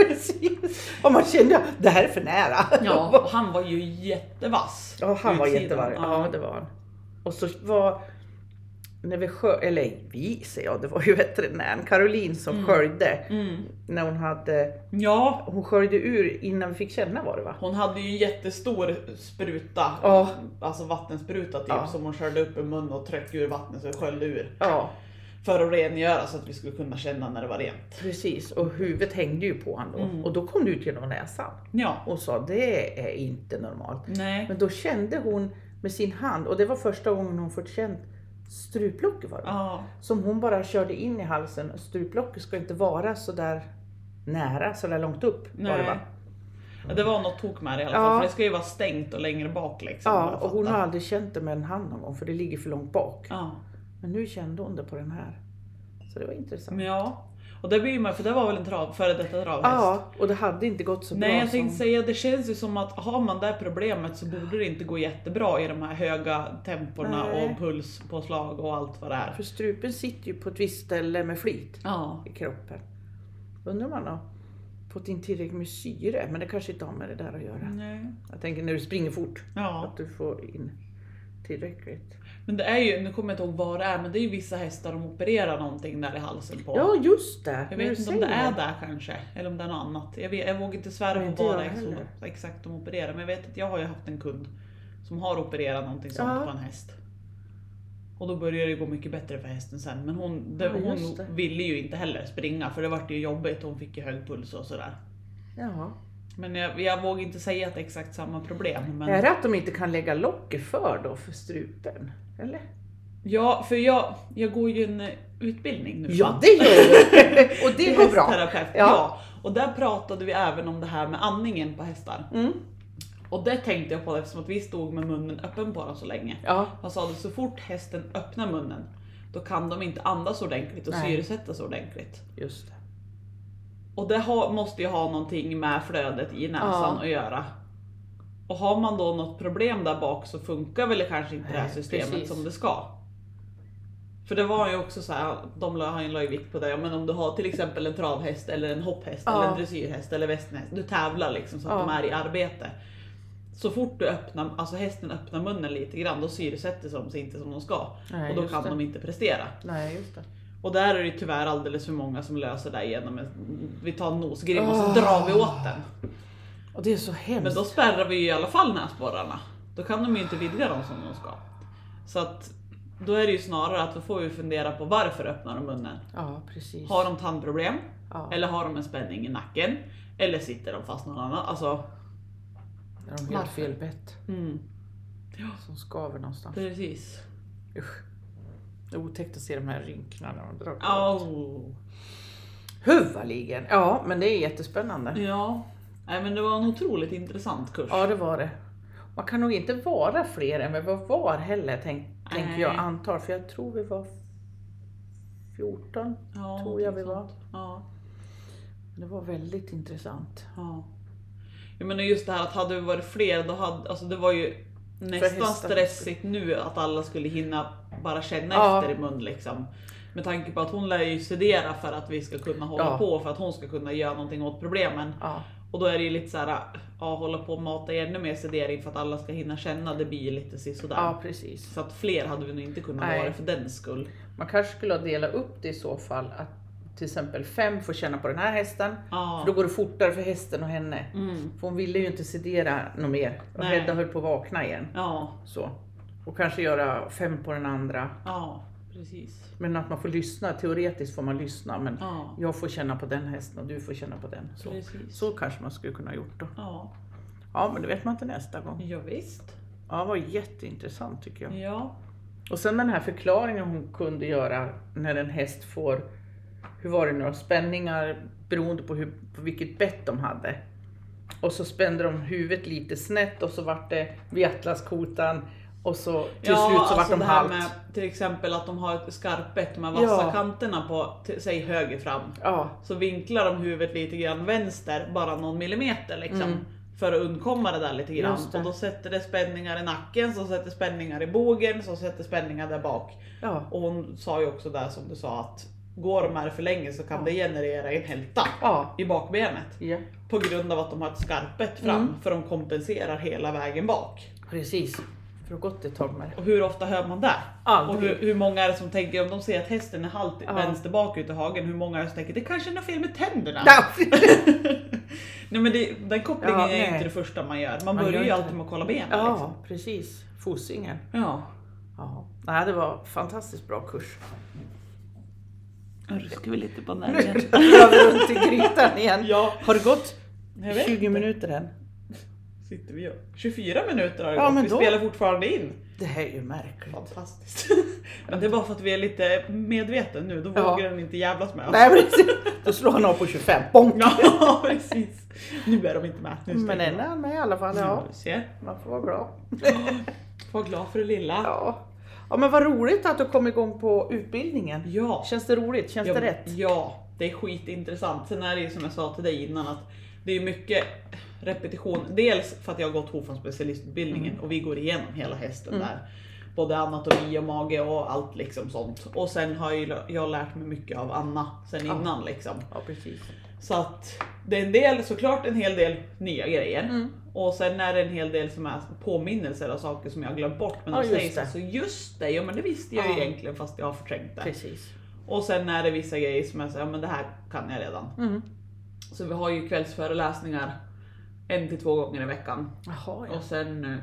Speaker 2: precis. Och man kände att det här är för nära.
Speaker 1: Ja, och han var ju jättevass.
Speaker 2: Ja, han var
Speaker 1: Utsidan,
Speaker 2: jättevarm. Ja, det var han. Och så var, när vi skö, eller vi säger jag, det var ju veterinären Caroline som sköljde.
Speaker 1: Mm.
Speaker 2: När hon hade,
Speaker 1: Ja,
Speaker 2: hon sköljde ur innan vi fick känna var det va?
Speaker 1: hon hade ju jättestor spruta,
Speaker 2: Ja.
Speaker 1: alltså vattenspruta typ,
Speaker 2: Ja.
Speaker 1: som hon körde upp i munnen och tryckte ur vattnet så det sköljde ur.
Speaker 2: Ja,
Speaker 1: För att rengöra så att vi skulle kunna känna när det var rent.
Speaker 2: precis. Och huvudet hängde ju på honom då.
Speaker 1: Mm.
Speaker 2: Och då kom det ut genom näsan.
Speaker 1: Ja,
Speaker 2: Och sa, det är inte normalt.
Speaker 1: nej.
Speaker 2: Men då kände hon med sin hand, och det var första gången hon fått känt struplocket var det.
Speaker 1: Ja,
Speaker 2: Som hon bara körde in i halsen. Struplocket ska inte vara så där nära, så där långt upp. Var det,
Speaker 1: nej.
Speaker 2: va?
Speaker 1: Ja, det var något tok med det i alla fall,
Speaker 2: Ja.
Speaker 1: för det ska ju vara stängt och längre bak liksom. vad
Speaker 2: Ja,
Speaker 1: jag
Speaker 2: och hon
Speaker 1: fattar.
Speaker 2: har aldrig känt det med en hand någon gång för det ligger för långt bak.
Speaker 1: Ja.
Speaker 2: Men nu kände hon det på den här. Så det var intressant.
Speaker 1: Men ja, och det blir man för det var väl en trav, före detta travhäst?
Speaker 2: Ja, och det hade inte gått så bra
Speaker 1: Nej jag tänkte
Speaker 2: som...
Speaker 1: säga, det känns ju som att har man det problemet så borde det inte gå jättebra i de här höga temporna
Speaker 2: Nej.
Speaker 1: och pulspåslag och allt vad det är.
Speaker 2: För strupen sitter ju på ett visst ställe med flit
Speaker 1: Ja,
Speaker 2: i kroppen. Undrar om man har fått in tillräckligt med syre, men det kanske inte har med det där att göra.
Speaker 1: nej.
Speaker 2: Jag tänker när du springer fort,
Speaker 1: Mm. ja.
Speaker 2: att du får in tillräckligt.
Speaker 1: Men det är ju, nu kommer jag inte ihåg vad det är, men det är ju vissa hästar de opererar någonting där i halsen på.
Speaker 2: Ja, just det!
Speaker 1: jag
Speaker 2: när
Speaker 1: vet
Speaker 2: du
Speaker 1: inte om det
Speaker 2: säger
Speaker 1: är där kanske, eller om det är något annat. Jag, vet, jag vågar inte
Speaker 2: Nej,
Speaker 1: svära
Speaker 2: inte
Speaker 1: på vad
Speaker 2: jag
Speaker 1: det är
Speaker 2: heller.
Speaker 1: som, exakt de opererar, men jag vet att jag har ju haft en kund som har opererat någonting sånt
Speaker 2: Ja.
Speaker 1: på en häst. Och då började det gå mycket bättre för hästen sen, men hon, det,
Speaker 2: Ja,
Speaker 1: hon
Speaker 2: just det.
Speaker 1: ville ju inte heller springa för det vart ju jobbigt, hon fick ju hög puls och sådär.
Speaker 2: Jaha.
Speaker 1: Men jag, jag vågar inte säga att det är exakt samma problem. Men...
Speaker 2: Är det att de inte kan lägga locket för då, för strupen? Eller?
Speaker 1: Mm. Ja, för jag, jag går ju en eh, utbildning nu. va?
Speaker 2: Ja, det gör du! Och det
Speaker 1: Till
Speaker 2: går bra.
Speaker 1: hästterapeut, Ja.
Speaker 2: Ja.
Speaker 1: Och där pratade vi även om det här med andningen på hästar.
Speaker 2: Mm.
Speaker 1: Och det tänkte jag på eftersom att vi stod med munnen öppen på dem så länge.
Speaker 2: Ja,
Speaker 1: Han sa att så fort hästen öppnar munnen, då kan de inte andas ordentligt och
Speaker 2: Nej.
Speaker 1: syresättas ordentligt.
Speaker 2: just det.
Speaker 1: Och det har, måste ju ha någonting med flödet i näsan
Speaker 2: Ja.
Speaker 1: att göra. Och har man då något problem där bak så funkar väl kanske inte det här
Speaker 2: Nej,
Speaker 1: systemet
Speaker 2: precis.
Speaker 1: som det ska. För det var ju också så här, de la, han la ju vikt på det, ja, men om du har till exempel en travhäst eller en hopphäst
Speaker 2: Ja.
Speaker 1: eller en dressyrhäst eller västernhäst, du tävlar liksom så att
Speaker 2: Ja.
Speaker 1: de är i arbete. Så fort du öppnar, alltså hästen öppnar munnen lite grann, då syresätter de sig inte som de ska.
Speaker 2: Nej,
Speaker 1: och då
Speaker 2: just
Speaker 1: kan
Speaker 2: det.
Speaker 1: de inte prestera.
Speaker 2: Nej, just det.
Speaker 1: Och där är det tyvärr alldeles för många som löser det genom att vi tar en nosgrim och
Speaker 2: Ah.
Speaker 1: så drar vi åt den.
Speaker 2: Och det är så hemskt.
Speaker 1: Men då spärrar vi ju i alla fall näsborrarna. Då kan de ju inte vidga dem som de ska. Så att då är det ju snarare att då får vi fundera på varför öppnar de munnen?
Speaker 2: Ja, precis.
Speaker 1: Har de tandproblem?
Speaker 2: ja.
Speaker 1: Eller har de en spänning i nacken? Eller sitter de fast någon annan? Alltså,
Speaker 2: När de gör
Speaker 1: Varför?
Speaker 2: fel bett
Speaker 1: mm,
Speaker 2: som skaver någonstans.
Speaker 1: precis.
Speaker 2: Usch. Det är otäckt att se de här rynklarna. och dragen.
Speaker 1: Au.
Speaker 2: Huvaligen! Ja, men det är jättespännande.
Speaker 1: Ja, Nej, men det var en otroligt intressant kurs.
Speaker 2: Ja, det var det. Man kan nog inte vara fler än vad vi var heller, tänk, tänker jag
Speaker 1: Nej.
Speaker 2: antar. För jag tror vi var 14.
Speaker 1: Ja,
Speaker 2: tror jag
Speaker 1: någonting
Speaker 2: vi var.
Speaker 1: sånt. Ja.
Speaker 2: Det var väldigt intressant.
Speaker 1: Ja. Jag menar just det här att hade det varit fler då hade, alltså det var ju nästan
Speaker 2: hästar.
Speaker 1: stressigt nu att alla skulle hinna bara känna
Speaker 2: Ja.
Speaker 1: efter i mun liksom. Med tanke på att hon lär ju studera för att vi ska kunna hålla
Speaker 2: Ja.
Speaker 1: på, för att hon ska kunna göra någonting åt problemen.
Speaker 2: Ja,
Speaker 1: Och då är det ju lite så här, ja hålla på och mata ännu mer sedering för att alla ska hinna känna, det blir ju lite sisådär.
Speaker 2: ja precis.
Speaker 1: Så att fler hade vi nog inte kunnat
Speaker 2: Nej.
Speaker 1: vara för den skull.
Speaker 2: Man kanske skulle dela upp det i så fall att till exempel fem får känna på den här hästen. För då
Speaker 1: Ja.
Speaker 2: går det fortare för hästen och henne.
Speaker 1: Mm.
Speaker 2: För hon ville ju inte sedera något mer. Och
Speaker 1: Nej.
Speaker 2: Hedda höll på att vakna igen.
Speaker 1: Ja,
Speaker 2: Så. Och kanske göra fem på den andra.
Speaker 1: ja, precis.
Speaker 2: Men att man får lyssna, teoretiskt får man lyssna. Men
Speaker 1: Ja,
Speaker 2: jag får känna på den hästen och du får känna på den. Så,
Speaker 1: precis.
Speaker 2: så kanske man skulle kunna ha gjort då.
Speaker 1: Ja,
Speaker 2: Ja men det vet man inte nästa gång.
Speaker 1: ja visst.
Speaker 2: Ja, det var jätteintressant tycker jag.
Speaker 1: Ja.
Speaker 2: Och sen den här förklaringen hon kunde göra när en häst får, hur var det nu då? spänningar beroende på, hur, på vilket bett de hade. Och så spände de huvudet lite snett och så vart det vid atlaskotan och så till slut så vart de
Speaker 1: alltså det här
Speaker 2: halt.
Speaker 1: med till exempel att de har ett skarpbett med vassa
Speaker 2: Ja.
Speaker 1: kanterna på, till, säg höger fram.
Speaker 2: Ja,
Speaker 1: Så vinklar de huvudet lite grann vänster, bara någon millimeter liksom.
Speaker 2: Mm.
Speaker 1: För att undkomma det där lite grann.
Speaker 2: Just det.
Speaker 1: Och då sätter det spänningar i nacken, som sätter spänningar i bågen, som sätter spänningar där bak.
Speaker 2: ja,
Speaker 1: Och hon sa ju också där som du sa att går de här för länge så kan
Speaker 2: Ja.
Speaker 1: det generera en hälta
Speaker 2: Ja.
Speaker 1: i bakbenet.
Speaker 2: ja.
Speaker 1: På grund av att de har ett skarpet fram
Speaker 2: Mm.
Speaker 1: för de kompenserar hela vägen bak.
Speaker 2: Precis. För att gått ett tag med det.
Speaker 1: Och hur ofta hör man det? Och
Speaker 2: Aldrig.
Speaker 1: hur, hur många är det som tänker, om de ser att hästen är halt
Speaker 2: Ja.
Speaker 1: vänster bak ute i hagen, hur många är det som tänker det kanske är något fel med tänderna?
Speaker 2: Ja.
Speaker 1: nej men det, den kopplingen
Speaker 2: Ja,
Speaker 1: är ju
Speaker 2: nej.
Speaker 1: inte det första man gör. Man,
Speaker 2: Man
Speaker 1: börjar
Speaker 2: gör
Speaker 1: ju
Speaker 2: inte
Speaker 1: alltid
Speaker 2: det.
Speaker 1: med att kolla benen. Liksom.
Speaker 2: ja, precis. Fosingen.
Speaker 1: Ja.
Speaker 2: Ja. Nej, det var fantastiskt bra kurs.
Speaker 1: Nu ruskar vi lite på
Speaker 2: Nu rör vi runt i grytan igen.
Speaker 1: Ja,
Speaker 2: Har det gått
Speaker 1: jag vet
Speaker 2: 20
Speaker 1: inte.
Speaker 2: minuter än?
Speaker 1: Sitter vi och... 24 minuter har det
Speaker 2: Ja,
Speaker 1: gått,
Speaker 2: men
Speaker 1: vi
Speaker 2: då-
Speaker 1: spelar fortfarande in.
Speaker 2: Det här är ju märkligt.
Speaker 1: Fantastiskt. men det är bara för att vi är lite medveten nu, då
Speaker 2: Ja.
Speaker 1: vågar den inte jävlas med oss.
Speaker 2: Nej, precis. Då slår han av på 25. Bonk!
Speaker 1: Ja, precis. Nu är de inte med. Nu
Speaker 2: Mm, Men
Speaker 1: stänger
Speaker 2: en är han med i alla fall.
Speaker 1: vi av.
Speaker 2: Ja, Mm.
Speaker 1: Nu ser.
Speaker 2: man får vara glad.
Speaker 1: Var glad för det lilla.
Speaker 2: Ja. ja, men vad roligt att du kom igång på utbildningen.
Speaker 1: Ja.
Speaker 2: Känns det roligt? Känns
Speaker 1: ja,
Speaker 2: det rätt?
Speaker 1: Ja, det är skitintressant. Sen är det ju som jag sa till dig innan att det är mycket repetition. Dels för att jag har gått HFAN specialistutbildningen och vi går igenom hela hästen
Speaker 2: Mm.
Speaker 1: där. Både anatomi och mage och allt liksom sånt. Och sen har jag, ju- jag har lärt mig mycket av Anna sen
Speaker 2: Ja.
Speaker 1: innan liksom.
Speaker 2: Ja, precis.
Speaker 1: Så att det är en del, såklart en hel del nya grejer.
Speaker 2: Mm.
Speaker 1: Och sen är det en hel del som är påminnelser av saker som jag har glömt bort. Men
Speaker 2: Ja,
Speaker 1: de
Speaker 2: just
Speaker 1: sägs
Speaker 2: det.
Speaker 1: alltså just det, ja men det visste jag ju
Speaker 2: Ja.
Speaker 1: egentligen fast jag har förträngt det.
Speaker 2: Precis.
Speaker 1: Och sen är det vissa grejer som jag säger, ja men det här kan jag redan.
Speaker 2: Mm.
Speaker 1: Så vi har ju kvällsföreläsningar en till två gånger i veckan.
Speaker 2: Jaha, ja.
Speaker 1: Och sen eh,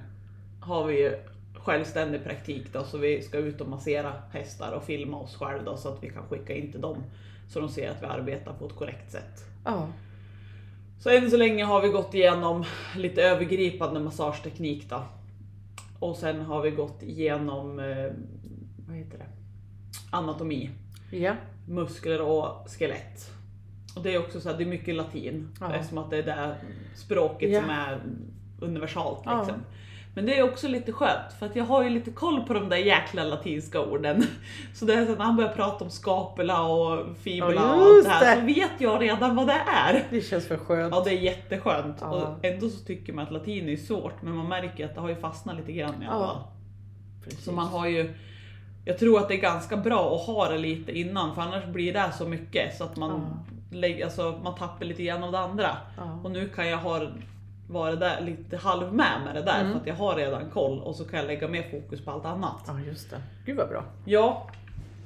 Speaker 1: har vi ju självständig praktik då, så vi ska ut och massera hästar och filma oss själva då, så att vi kan skicka in till dem. Så de ser att vi arbetar på ett korrekt sätt.
Speaker 2: ja.
Speaker 1: Så än så länge har vi gått igenom lite övergripande massageteknik då. Och sen har vi gått igenom, eh, vad heter det, anatomi
Speaker 2: Ja.
Speaker 1: muskler och skelett. Och det är också så här, det är mycket latin
Speaker 2: Ja.
Speaker 1: eftersom att det är det språket
Speaker 2: Ja.
Speaker 1: som är universalt.
Speaker 2: Ja.
Speaker 1: Liksom. Men det är också lite skönt för att jag har ju lite koll på de där jäkla latinska orden. Så det är så att när han börjar prata om scapula och fibula
Speaker 2: Ja,
Speaker 1: och allt
Speaker 2: just
Speaker 1: det här
Speaker 2: det.
Speaker 1: så vet jag redan vad det är.
Speaker 2: Det känns för skönt.
Speaker 1: Ja det är jätteskönt
Speaker 2: Ja.
Speaker 1: och ändå så tycker man att latin är svårt men man märker ju att det har ju fastnat lite grann i alla
Speaker 2: Ja.
Speaker 1: fall.
Speaker 2: Precis.
Speaker 1: Så man har ju Jag tror att det är ganska bra att ha det lite innan för annars blir det så mycket så att man, lägger, alltså, man tappar lite grann av det andra.
Speaker 2: Ja.
Speaker 1: Och nu kan jag ha varit där lite halv med med det där
Speaker 2: Mm.
Speaker 1: för att jag har redan koll och så kan jag lägga mer fokus på allt annat.
Speaker 2: ja, just det. Gud vad bra.
Speaker 1: Ja,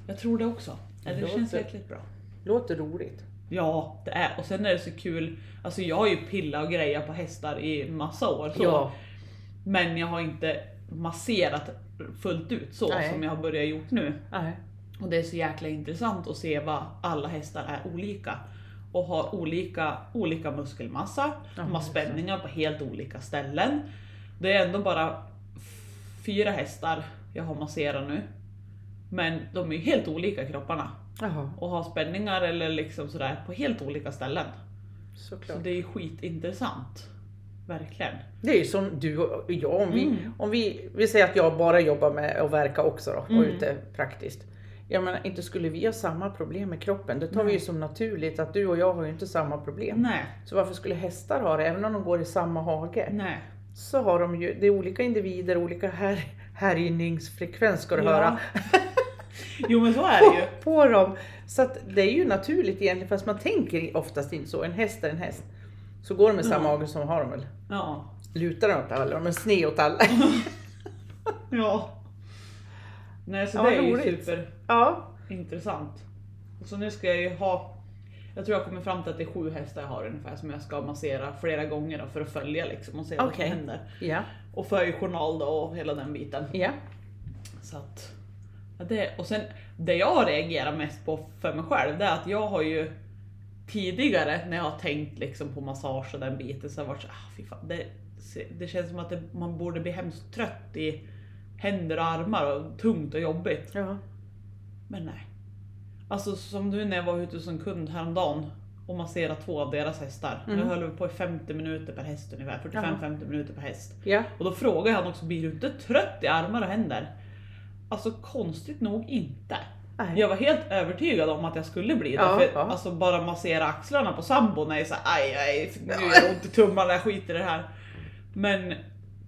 Speaker 1: jag tror det också. Eller det
Speaker 2: Låter-
Speaker 1: känns jäkligt bra.
Speaker 2: Låter roligt.
Speaker 1: Ja, det är. Och sen är det så kul. Alltså jag har ju pillat och grejat på hästar i massa år. Så.
Speaker 2: Ja.
Speaker 1: Men jag har inte masserat fullt ut så
Speaker 2: Nej.
Speaker 1: som jag har börjat gjort nu.
Speaker 2: Nej.
Speaker 1: Och det är så jäkla intressant att se vad alla hästar är olika och har olika, olika muskelmassa,
Speaker 2: Ja,
Speaker 1: de har
Speaker 2: just det.
Speaker 1: spänningar på helt olika ställen. Det är ändå bara fyra hästar jag har masserat nu. Men de är ju helt olika kropparna
Speaker 2: Jaha,
Speaker 1: och har spänningar eller liksom sådär på helt olika ställen. Så
Speaker 2: såklart.
Speaker 1: det är ju skitintressant. Verkligen.
Speaker 2: Det är ju som du och jag, om vi,
Speaker 1: Mm.
Speaker 2: om vi, vi säger att jag bara jobbar med att verka också då, och
Speaker 1: Mm.
Speaker 2: ute praktiskt. Jag menar, inte skulle vi ha samma problem med kroppen. Det tar vi
Speaker 1: Nej. Mm.
Speaker 2: ju som naturligt att du och jag har ju inte samma problem.
Speaker 1: Nej,
Speaker 2: Så varför skulle hästar ha det? Även om de går i samma hage
Speaker 1: nej.
Speaker 2: så har de ju, det är olika individer, olika här, härjningsfrekvens ska du
Speaker 1: Ja.
Speaker 2: höra,
Speaker 1: Jo men så är det ju.
Speaker 2: på, på dem. Så att det är ju naturligt egentligen fast man tänker oftast inte så. En häst är en häst. Så går de i samma
Speaker 1: Mm.
Speaker 2: hage så har de väl,
Speaker 1: Ja.
Speaker 2: lutar de åt alla, de är sned åt alla.
Speaker 1: ja. Nej så
Speaker 2: Ja,
Speaker 1: det
Speaker 2: vad
Speaker 1: är ju
Speaker 2: roligt.
Speaker 1: super.
Speaker 2: ja,
Speaker 1: Intressant. Och så nu ska jag ju ha, jag tror jag kommer fram till att det är sju hästar jag har ungefär som jag ska massera flera gånger då, för att följa liksom och se vad som
Speaker 2: Okej.
Speaker 1: händer.
Speaker 2: ja,
Speaker 1: Och för ju journal då och hela den biten.
Speaker 2: ja.
Speaker 1: Så att, ja, det, och sen det jag reagerar mest på för mig själv det är att jag har ju tidigare när jag har tänkt liksom på massage och den biten så har jag varit så ah, fy fan, det, det känns som att det, man borde bli hemskt trött i händer och armar och tungt och jobbigt.
Speaker 2: Ja.
Speaker 1: Men nej. Alltså som nu när jag var ute som kund häromdagen och masserade två av deras hästar.
Speaker 2: Mm.
Speaker 1: Jag höll väl på i 50 minuter per häst ungefär, 45-50 minuter per häst.
Speaker 2: ja.
Speaker 1: Och då frågade han också, blir du inte trött i armar och händer? Alltså konstigt nog inte.
Speaker 2: Nej.
Speaker 1: Jag var helt övertygad om att jag skulle bli det.
Speaker 2: Ja,
Speaker 1: för
Speaker 2: ja.
Speaker 1: Alltså bara massera axlarna på sambon är ju såhär, aj aj, nu gör det ont i tummarna, jag skiter i det här. Men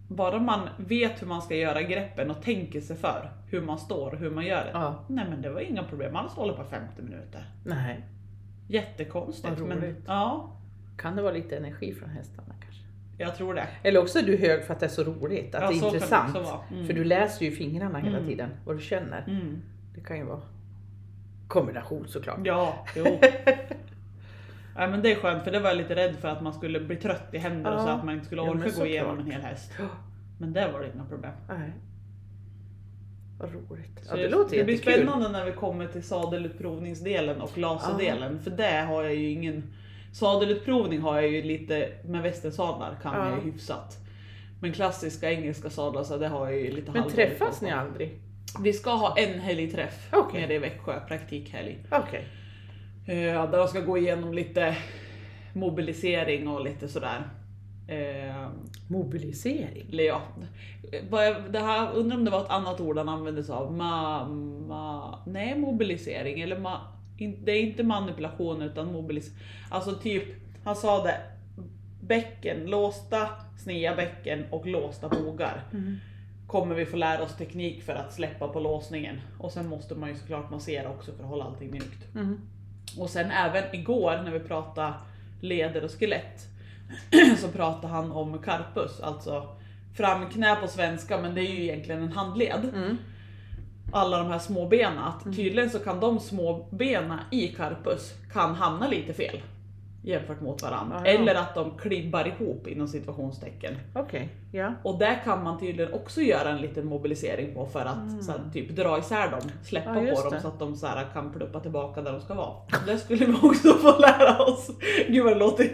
Speaker 1: bara man vet hur man ska göra greppen och tänker sig för hur man står och hur man gör det.
Speaker 2: Ja,
Speaker 1: Nej men det var inga problem alls att hålla på 50 minuter.
Speaker 2: nej.
Speaker 1: Jättekonstigt.
Speaker 2: Vad
Speaker 1: Men,
Speaker 2: roligt.
Speaker 1: ja,
Speaker 2: Kan det vara lite energi från hästarna kanske?
Speaker 1: jag tror det.
Speaker 2: Eller också är du hög för att det är så roligt, att
Speaker 1: ja,
Speaker 2: det
Speaker 1: så kan
Speaker 2: är
Speaker 1: det
Speaker 2: intressant.
Speaker 1: också vara. Mm.
Speaker 2: För du läser ju i fingrarna hela
Speaker 1: Mm.
Speaker 2: tiden vad du känner.
Speaker 1: Mm.
Speaker 2: Det kan ju vara kombination såklart.
Speaker 1: Ja, jo. Nej, men det är skönt för det var jag lite rädd för att man skulle bli trött i händer och så
Speaker 2: Ja.
Speaker 1: att man inte skulle
Speaker 2: Ja, men
Speaker 1: orka gå
Speaker 2: såklart.
Speaker 1: igenom en hel häst.
Speaker 2: Ja.
Speaker 1: Men det var det inga problem.
Speaker 2: Nej. Vad roligt.
Speaker 1: Så
Speaker 2: Ja, det låter
Speaker 1: det blir
Speaker 2: jättekul.
Speaker 1: spännande när vi kommer till sadelutprovningsdelen och laseldelen för det har jag ju ingen Sadelutprovning har jag ju lite med västernsadlar kan
Speaker 2: Ja.
Speaker 1: jag ju hyfsat. Men klassiska engelska sadlar så det har jag ju lite
Speaker 2: Men
Speaker 1: halvdålig koll
Speaker 2: träffas
Speaker 1: på.
Speaker 2: ni aldrig?
Speaker 1: Vi ska ha en helgträff
Speaker 2: Okej.
Speaker 1: nere i Växjö, praktikhelg.
Speaker 2: Okej.
Speaker 1: Eh, där de ska gå igenom lite mobilisering och lite sådär. Eh,
Speaker 2: Mobilisering?
Speaker 1: eller ja, vad jag- det här, undrar om det var ett annat ord han använde sig av. Ma, ma, nej, mobilisering. Eller ma, in, det är inte manipulation utan mobilisering. Alltså typ, han sa det. Bäcken, låsta snea bäcken och låsta bogar kommer vi få lära oss teknik för att släppa på låsningen. Och sen måste man ju såklart massera också för att hålla allting mjukt.
Speaker 2: Mm.
Speaker 1: Och sen även igår när vi pratade leder och skelett så pratade han om carpus, alltså framknä på svenska men det är ju egentligen en handled.
Speaker 2: Mm.
Speaker 1: Alla de här små benen, att tydligen så kan de små benen i carpus kan hamna lite fel jämfört mot varandra.
Speaker 2: Aha.
Speaker 1: Eller att de klibbar ihop inom situationstecken.
Speaker 2: Okej, ja.
Speaker 1: Och där kan man tydligen också göra en liten mobilisering på för att så här, typ dra isär dem, släppa
Speaker 2: Mm. Ja, just
Speaker 1: på dem
Speaker 2: det.
Speaker 1: så att de så här, kan pluppa tillbaka där de ska vara. Det skulle vi också få lära oss. Gud vad det låter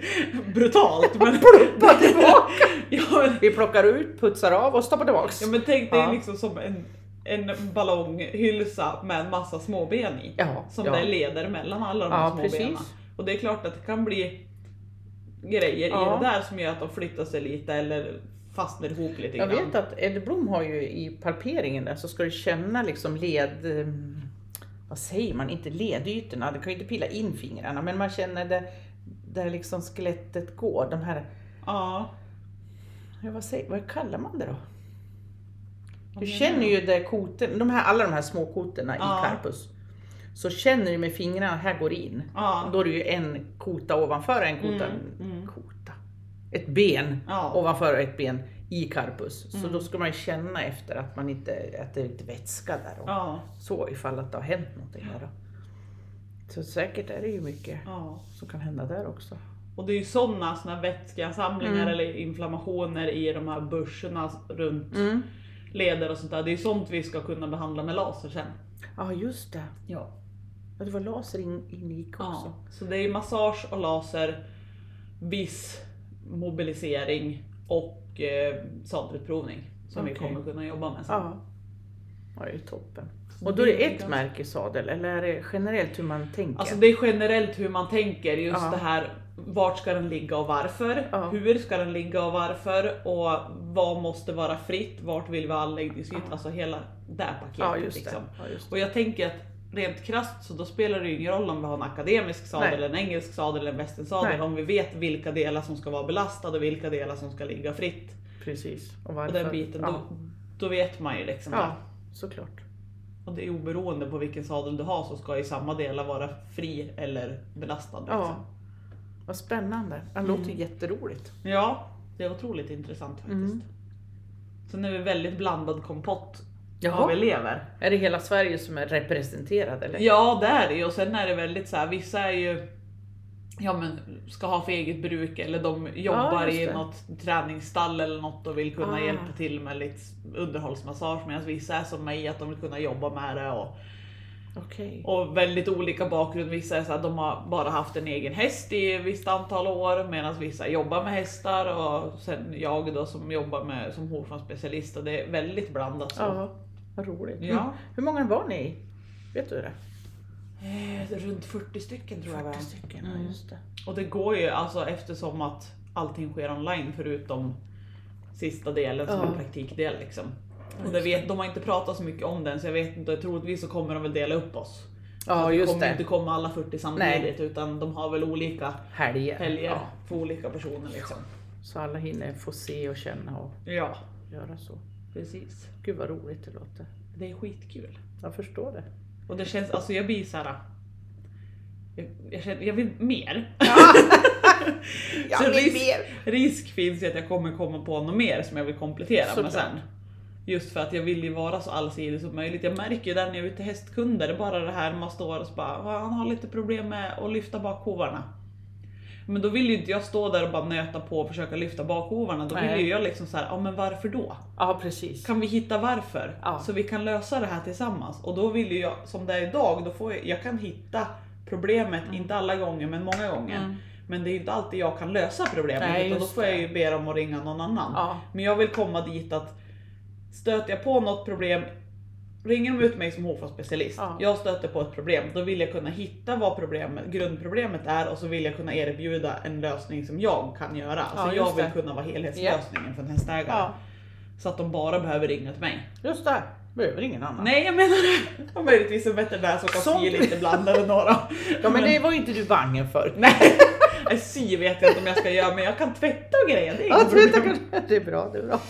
Speaker 1: brutalt men...
Speaker 2: Pluppa tillbaka!
Speaker 1: ja, men,
Speaker 2: Vi plockar ut, putsar av och stoppar tillbaks.
Speaker 1: ja, men tänk dig
Speaker 2: Ja.
Speaker 1: liksom som en, en ballonghylsa med en massa småben i.
Speaker 2: Ja,
Speaker 1: Som
Speaker 2: ja.
Speaker 1: det leder mellan alla de
Speaker 2: Ja,
Speaker 1: här små
Speaker 2: precis.
Speaker 1: benen. Och det är klart att det kan bli grejer
Speaker 2: Ja.
Speaker 1: i det där som gör att de flyttar sig lite eller fastnar ihop lite
Speaker 2: Jag
Speaker 1: grann.
Speaker 2: vet att Eddie Blom har ju i palperingen där så ska du känna liksom led... eh, Vad säger man? Inte ledytorna, du kan ju inte pilla in fingrarna men man känner det, där liksom skelettet går. De här,
Speaker 1: Ja.
Speaker 2: ja, vad, säger, vad kallar man det då?
Speaker 1: Vad
Speaker 2: Du
Speaker 1: menar
Speaker 2: känner ju där koten, de här, alla de här små koterna
Speaker 1: Ja.
Speaker 2: i carpus. Så känner du med fingrarna, här går det in.
Speaker 1: Ja.
Speaker 2: Då är det ju en kota ovanför en kota.
Speaker 1: Mm, mm.
Speaker 2: kota. Ett ben
Speaker 1: Ja.
Speaker 2: ovanför ett ben i carpus. Så
Speaker 1: Mm.
Speaker 2: då ska man ju känna efter att, man inte, att det är lite vätska där. Och
Speaker 1: Ja,
Speaker 2: Så ifall att det har hänt någonting där. Då. Så säkert är det ju mycket
Speaker 1: ja.
Speaker 2: som kan hända där också.
Speaker 1: Och det är ju sådana såna vätskeansamlingar
Speaker 2: Mm.
Speaker 1: eller inflammationer i de här börserna runt
Speaker 2: Mm.
Speaker 1: leder och sånt där. Det är ju sånt vi ska kunna behandla med laser sen.
Speaker 2: Ja just det,
Speaker 1: Ja.
Speaker 2: ja, det var laser in, ingick också.
Speaker 1: ja. Så det är massage och laser, viss mobilisering och eh, sadelutprovning som vi
Speaker 2: Okej.
Speaker 1: kommer kunna jobba med sen.
Speaker 2: Ja. ja, det är ju toppen.
Speaker 1: Så
Speaker 2: Och då är det ett
Speaker 1: ganska-
Speaker 2: märke sadel eller är det generellt hur man tänker?
Speaker 1: Alltså det är generellt hur man tänker, just
Speaker 2: Ja.
Speaker 1: det här vart ska den ligga och varför?
Speaker 2: Ja.
Speaker 1: Hur ska den ligga och varför? Och vad måste vara fritt? Vart vill vi ha anläggningsyta?
Speaker 2: Ja.
Speaker 1: Alltså hela det här paketet.
Speaker 2: ja, just
Speaker 1: liksom.
Speaker 2: det. Ja, just det.
Speaker 1: Och jag tänker att rent krasst så då spelar det ju ingen roll om vi har en akademisk sadel,
Speaker 2: Nej.
Speaker 1: eller en engelsk sadel eller en västernsadel
Speaker 2: Nej.
Speaker 1: om vi vet vilka delar som ska vara belastade och vilka delar som ska ligga fritt.
Speaker 2: Precis. Och
Speaker 1: Och
Speaker 2: varför?
Speaker 1: den biten,
Speaker 2: Ja,
Speaker 1: då, då vet man ju liksom
Speaker 2: ja såklart.
Speaker 1: och det är oberoende på vilken sadel du har så ska i samma delar vara fri eller belastad. Liksom.
Speaker 2: Ja. Vad spännande. Det låter
Speaker 1: Mm.
Speaker 2: jätteroligt.
Speaker 1: Ja. det är otroligt intressant faktiskt.
Speaker 2: Mm.
Speaker 1: Sen är vi väldigt blandad kompott av elever.
Speaker 2: Är det hela Sverige som är representerad eller?
Speaker 1: Ja det är det ju och sen är det väldigt så här, vissa är ju Ja men ska ha för eget bruk eller de jobbar
Speaker 2: just
Speaker 1: i
Speaker 2: det.
Speaker 1: något träningsstall eller något och vill kunna
Speaker 2: Ah.
Speaker 1: hjälpa till med lite underhållsmassage medan vissa är som mig att de vill kunna jobba med det och
Speaker 2: Okej.
Speaker 1: Och väldigt olika bakgrund. Vissa är så att de har bara haft en egen häst i ett visst antal år medan vissa jobbar med hästar och sen jag då som jobbar med, som hovfarmsspecialist och det är väldigt blandat. Så.
Speaker 2: Ja, vad roligt. Mm.
Speaker 1: Ja.
Speaker 2: Hur många var ni? Vet du det?
Speaker 1: Eh, runt 40 stycken tror jag. det
Speaker 2: 40
Speaker 1: är.
Speaker 2: stycken,
Speaker 1: Mm.
Speaker 2: ja just det.
Speaker 1: Och det går ju alltså eftersom att allting sker online förutom sista delen som
Speaker 2: Ja.
Speaker 1: är praktikdel liksom. Och det vet, de har inte pratat så mycket om den så jag vet inte, troligtvis så kommer de väl dela upp oss. Så
Speaker 2: Ja
Speaker 1: att vi
Speaker 2: just
Speaker 1: kommer ju inte
Speaker 2: det.
Speaker 1: komma alla 40 samtidigt utan de har väl olika
Speaker 2: Helger.
Speaker 1: helger
Speaker 2: Ja.
Speaker 1: för olika personer. Liksom.
Speaker 2: Så alla hinner få se och känna och
Speaker 1: Ja.
Speaker 2: göra så.
Speaker 1: Precis.
Speaker 2: Gud vad roligt det låter.
Speaker 1: Det är skitkul.
Speaker 2: Jag förstår det.
Speaker 1: Och det känns, alltså jag blir såhär... Jag, jag, känner, jag vill mer. Så risk, risk finns ju att jag kommer komma på något mer som jag vill komplettera med
Speaker 2: Såklart.
Speaker 1: sen. Just för att jag vill ju vara så allsidig som möjligt. Jag märker ju det när jag är ute till hästkunder, det är bara det här man står och så bara, "Va, han har lite problem med att lyfta bakhovarna. Men då vill ju inte jag stå där och bara nöta på och försöka lyfta bakhovarna. Då vill
Speaker 2: Nej.
Speaker 1: ju jag liksom så här, ja men varför då?
Speaker 2: Ja precis.
Speaker 1: Kan vi hitta varför?
Speaker 2: Ja.
Speaker 1: Så vi kan lösa det här tillsammans. Och då vill ju jag, som det är idag, då får jag, jag kan hitta problemet, inte alla gånger men många gånger.
Speaker 2: Mm.
Speaker 1: Men det är ju inte alltid jag kan lösa problemet
Speaker 2: Nej,
Speaker 1: utan då
Speaker 2: just
Speaker 1: får jag
Speaker 2: det.
Speaker 1: ju be dem att ringa någon annan.
Speaker 2: Ja.
Speaker 1: Men jag vill komma dit att stöter jag på något problem, ringer de ut mig som HFA-specialist,
Speaker 2: Ja.
Speaker 1: jag stöter på ett problem, då vill jag kunna hitta vad problemet, grundproblemet är och så vill jag kunna erbjuda en lösning som jag kan göra. Alltså jag
Speaker 2: just
Speaker 1: vill
Speaker 2: det.
Speaker 1: kunna vara helhetslösningen för en hästägare.
Speaker 2: ja,
Speaker 1: Så att de bara behöver ringa till mig.
Speaker 2: just det. Behöver ingen annan.
Speaker 1: Nej jag menar det! Och möjligtvis en veterinär som kan
Speaker 2: Sånt.
Speaker 1: sy lite blandare några.
Speaker 2: Ja men det var ju inte du bangen för.
Speaker 1: Nej, Nej, sy vet jag inte om jag ska göra men jag kan tvätta och grejer. Det är
Speaker 2: Ja,
Speaker 1: inget problem.
Speaker 2: det är bra, det är bra.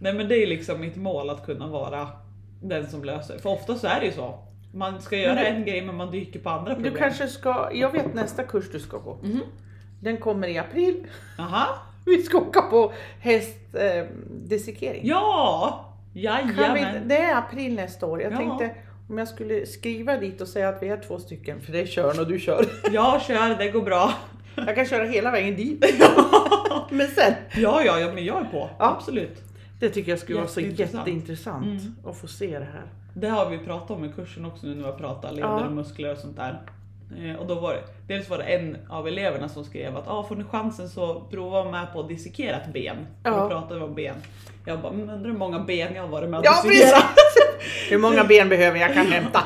Speaker 1: Nej men det är liksom mitt mål att kunna vara den som löser. För ofta så är det ju så. Man ska göra
Speaker 2: Men du-
Speaker 1: en grej men man dyker på andra problem.
Speaker 2: Du kanske ska, jag vet nästa kurs du ska gå.
Speaker 1: Mhm.
Speaker 2: Den kommer i april.
Speaker 1: Aha.
Speaker 2: Vi ska åka på hästdissekering.
Speaker 1: Ja!
Speaker 2: Kan vi, inte-
Speaker 1: Jajamän.
Speaker 2: det är april nästa år. Jag
Speaker 1: Ja.
Speaker 2: tänkte om jag skulle skriva dit och säga att vi är två stycken, för det är Körn och du kör.
Speaker 1: Jag kör, det går bra.
Speaker 2: Jag kan köra hela vägen dit. Men sen,
Speaker 1: Ja, ja, ja men jag är på.
Speaker 2: Ja.
Speaker 1: Absolut.
Speaker 2: det tycker jag skulle vara så
Speaker 1: Jätteintressant.
Speaker 2: jätteintressant
Speaker 1: Mm.
Speaker 2: att få se det här.
Speaker 1: Det har vi pratat om i kursen också nu när vi har pratat leder
Speaker 2: Ja.
Speaker 1: och muskler och sånt där. Eh, Och då var det, dels var det en av eleverna som skrev att ah, får ni chansen så prova att vara med på att dissekera ett ben. Ja.
Speaker 2: Ja.
Speaker 1: Vi pratade om ben. Jag bara, "Men undrar hur många ben jag har varit med och
Speaker 2: Ja,
Speaker 1: dissekera.
Speaker 2: precis! Hur många ben behöver jag kan hämta?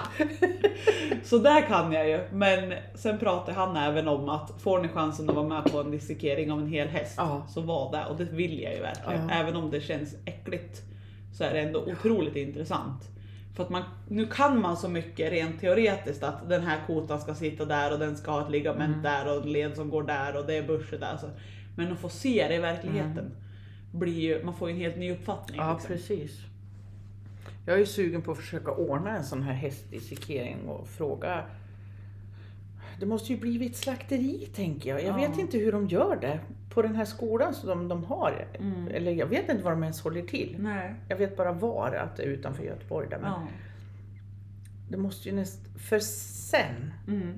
Speaker 1: Så där kan jag ju, men sen pratar han även om att får ni chansen att vara med på en dissekering av en hel häst
Speaker 2: Ja.
Speaker 1: så var det och det vill jag ju verkligen.
Speaker 2: Ja.
Speaker 1: Även om det känns äckligt så är det ändå otroligt intressant. För att man, nu kan man så mycket rent teoretiskt att den här kotan ska sitta där och den ska ha ett ligament där och en led som går där och det är börser där. Så. Men att få se det i verkligheten blir ju, man får ju en helt ny uppfattning.
Speaker 2: Ja,
Speaker 1: liksom.
Speaker 2: precis. Jag är ju sugen på att försöka ordna en sån här hästdissekering och fråga. Det måste ju bli vid ett slakteri tänker jag. Jag
Speaker 1: Ja.
Speaker 2: vet inte hur de gör det på den här skolan som de, de har.
Speaker 1: Mm.
Speaker 2: Eller jag vet inte var de ens håller till.
Speaker 1: Nej.
Speaker 2: Jag vet bara var, att det är utanför Göteborg. Där, men
Speaker 1: Ja.
Speaker 2: det måste ju näst... För sen,
Speaker 1: Mm.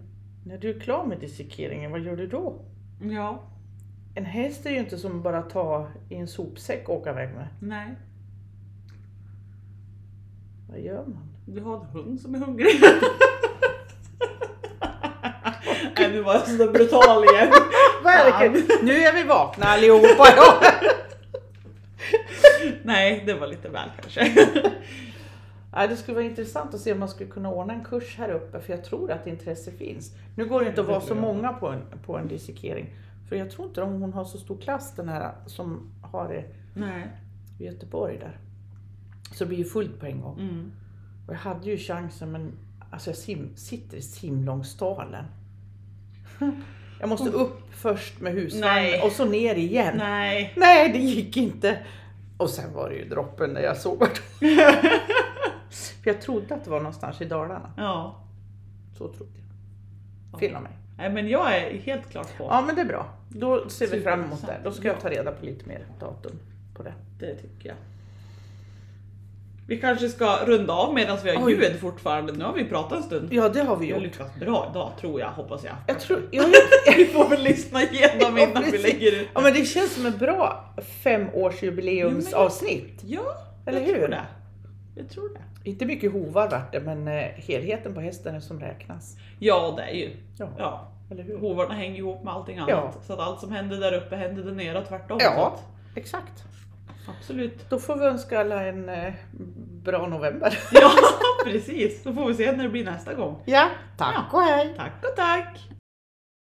Speaker 2: när du är klar med dissekeringen, vad gör du då?
Speaker 1: ja,
Speaker 2: En häst är ju inte som bara ta i en sopsäck och åka iväg med.
Speaker 1: nej.
Speaker 2: Vad gör man?
Speaker 1: Du har en hund som är hungrig. Nej nu var jag så brutal igen.
Speaker 2: Verkligen! Nu är vi vakna allihopa! Ja.
Speaker 1: Nej det var lite väl kanske.
Speaker 2: Ja, det skulle vara intressant att se om man skulle kunna ordna en kurs här uppe för jag tror att intresse finns. Nu går det inte att vara så många på en, på en dissekering. För jag tror inte om hon har så stor klass den här som har det
Speaker 1: Nej.
Speaker 2: i Göteborg där. Så det blir ju fullt på en gång.
Speaker 1: Mm.
Speaker 2: Och jag hade ju chansen men alltså jag sim, sitter i Simlångsdalen. Jag måste upp först med husvagnen
Speaker 1: Nej.
Speaker 2: och så ner igen. Nej.
Speaker 1: Nej.
Speaker 2: det gick inte. Och sen var det ju droppen när jag såg vart För jag trodde att det var någonstans i Dalarna.
Speaker 1: ja.
Speaker 2: Så trodde
Speaker 1: Ja.
Speaker 2: jag. Filma mig.
Speaker 1: Nej men jag är helt klart på.
Speaker 2: Ja men det är bra. Då ser vi fram emot det. Då ska
Speaker 1: Ja.
Speaker 2: jag ta reda på lite mer datum på det.
Speaker 1: Det tycker jag. Vi kanske ska runda av medan vi har
Speaker 2: Oj.
Speaker 1: ljud fortfarande. Nu har vi pratat en stund.
Speaker 2: Ja det har vi
Speaker 1: Vi har
Speaker 2: gjort.
Speaker 1: lyckats bra idag tror jag, hoppas jag.
Speaker 2: Jag tror, jag,
Speaker 1: Vi får väl lyssna igenom
Speaker 2: Ja,
Speaker 1: innan vi
Speaker 2: precis.
Speaker 1: lägger ut.
Speaker 2: ja men det känns som ett bra femårsjubileumsavsnitt.
Speaker 1: Ja,
Speaker 2: Eller
Speaker 1: jag tror
Speaker 2: hur?
Speaker 1: det. Jag tror det.
Speaker 2: Inte mycket hovar vart det men eh, helheten på hästen är som räknas.
Speaker 1: Ja det är ju.
Speaker 2: Ja,
Speaker 1: Ja,
Speaker 2: eller hur?
Speaker 1: hovarna hänger ihop med allting annat. Så att allt som händer där uppe händer där nere och tvärtom.
Speaker 2: Ja.
Speaker 1: Så att,
Speaker 2: Exakt.
Speaker 1: absolut.
Speaker 2: Då får vi önska alla en eh, bra november.
Speaker 1: Ja, precis. Då får vi se när det blir nästa gång.
Speaker 2: Tá. Ja, tack och hej.
Speaker 1: Tack och tack!